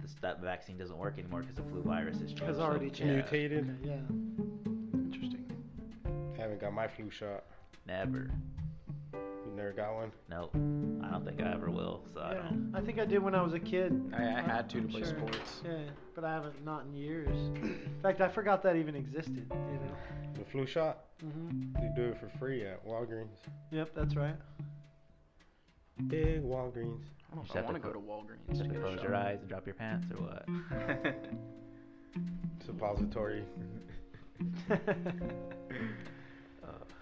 Speaker 4: this, that vaccine doesn't work anymore because the flu virus has changed. so-
Speaker 2: already
Speaker 4: yeah, Mm-hmm.
Speaker 2: changed.
Speaker 1: Mutated.
Speaker 2: Okay, yeah. Interesting.
Speaker 1: Haven't got my flu shot.
Speaker 4: never.
Speaker 1: Never got one.
Speaker 4: Nope. I don't think I ever will. So I
Speaker 2: yeah,
Speaker 4: don't.
Speaker 2: I think I did when I was a kid.
Speaker 5: I, I had to to
Speaker 2: I'm
Speaker 5: play
Speaker 2: sure.
Speaker 5: sports.
Speaker 2: Yeah, but I haven't not in years. In fact, I forgot that even existed. You know.
Speaker 1: The flu shot,
Speaker 5: Mm-hmm.
Speaker 2: hmm
Speaker 1: they do it for free at Walgreens.
Speaker 2: Yep, that's right.
Speaker 1: Big Walgreens.
Speaker 5: I don't know
Speaker 4: Just
Speaker 5: if I
Speaker 4: have to
Speaker 5: want to go
Speaker 4: clo-
Speaker 5: to Walgreens
Speaker 4: Just
Speaker 5: to
Speaker 4: have
Speaker 5: get
Speaker 4: to
Speaker 5: a
Speaker 4: close
Speaker 5: shot.
Speaker 4: your eyes and drop your pants or what?
Speaker 1: Suppository. Hell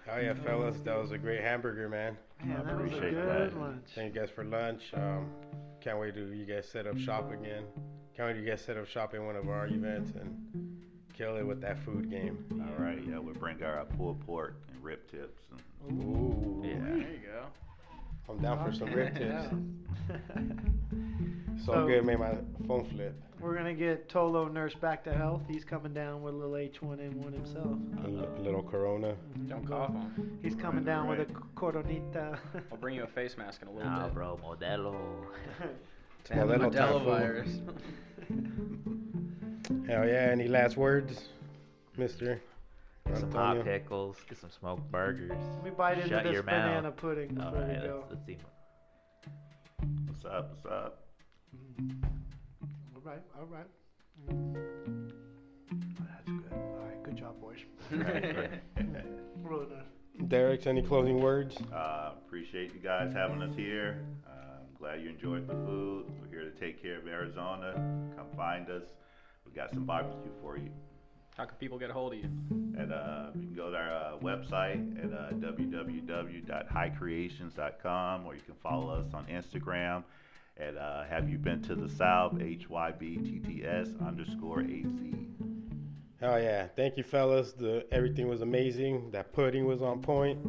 Speaker 1: Oh yeah, fellas. That was a great hamburger, man.
Speaker 2: Man, that was a
Speaker 3: appreciate
Speaker 2: good
Speaker 3: that.
Speaker 2: lunch.
Speaker 1: Thank you guys for lunch. Um, can't wait to you guys set up shop again. Can't wait to you guys set up shop in one of our events and kill it with that food game.
Speaker 3: All right, yeah, we'll bring out our pulled pork and rib tips. And,
Speaker 1: Ooh.
Speaker 3: yeah.
Speaker 5: There you go.
Speaker 1: I'm down for some rib tips.
Speaker 2: Yeah.
Speaker 1: So,
Speaker 2: So-
Speaker 1: good, made my phone flip.
Speaker 2: We're gonna get Tolo Nurse back to health. He's coming down with a little H1N1 himself.
Speaker 1: A li- little Corona.
Speaker 5: Don't cough on. me.
Speaker 2: He's coming
Speaker 3: Right,
Speaker 2: down with a
Speaker 3: right.
Speaker 2: c- coronita.
Speaker 5: I'll bring you a face mask in a little
Speaker 4: Nah,
Speaker 5: bit.
Speaker 4: bro, Modelo.
Speaker 1: Well, that'll tackle-
Speaker 5: Modelo virus.
Speaker 1: Hell yeah. Any last words, Mister?
Speaker 4: Get some hot pickles. Get some smoked burgers.
Speaker 2: Let me bite into
Speaker 4: Shut
Speaker 2: this
Speaker 4: your mouth.
Speaker 2: banana pudding
Speaker 4: All
Speaker 2: before
Speaker 4: right,
Speaker 2: we go.
Speaker 4: let's, let's see.
Speaker 3: What's up? What's up?
Speaker 2: Mm-hmm. All right, all right.
Speaker 3: That's good.
Speaker 2: All right, good job, boys. Really nice.
Speaker 1: Derek's any closing words?
Speaker 3: Uh, appreciate you guys having us here. Uh, I'm glad you enjoyed the food. We're here to take care of Arizona. Come find us. We got some barbecue for you.
Speaker 5: How can people get a hold of you?
Speaker 3: And uh, you can go to our uh, website at uh, www.highcreations.com or you can follow us on Instagram at uh, Have You Been to the South? H Y B T T S underscore A Z.
Speaker 1: Hell yeah. Thank you, fellas. The everything was amazing. That pudding was on point.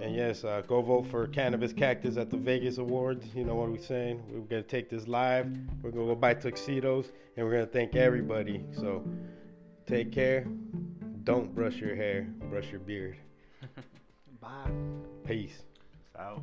Speaker 1: And yes, uh, go vote for Cannabis Cactus at the Vegas Awards. You know what we're saying? We're gonna take this live. We're gonna go buy tuxedos, and we're gonna thank everybody. So take care. Don't brush your hair. Brush your beard.
Speaker 2: Bye.
Speaker 1: Peace.
Speaker 3: Out.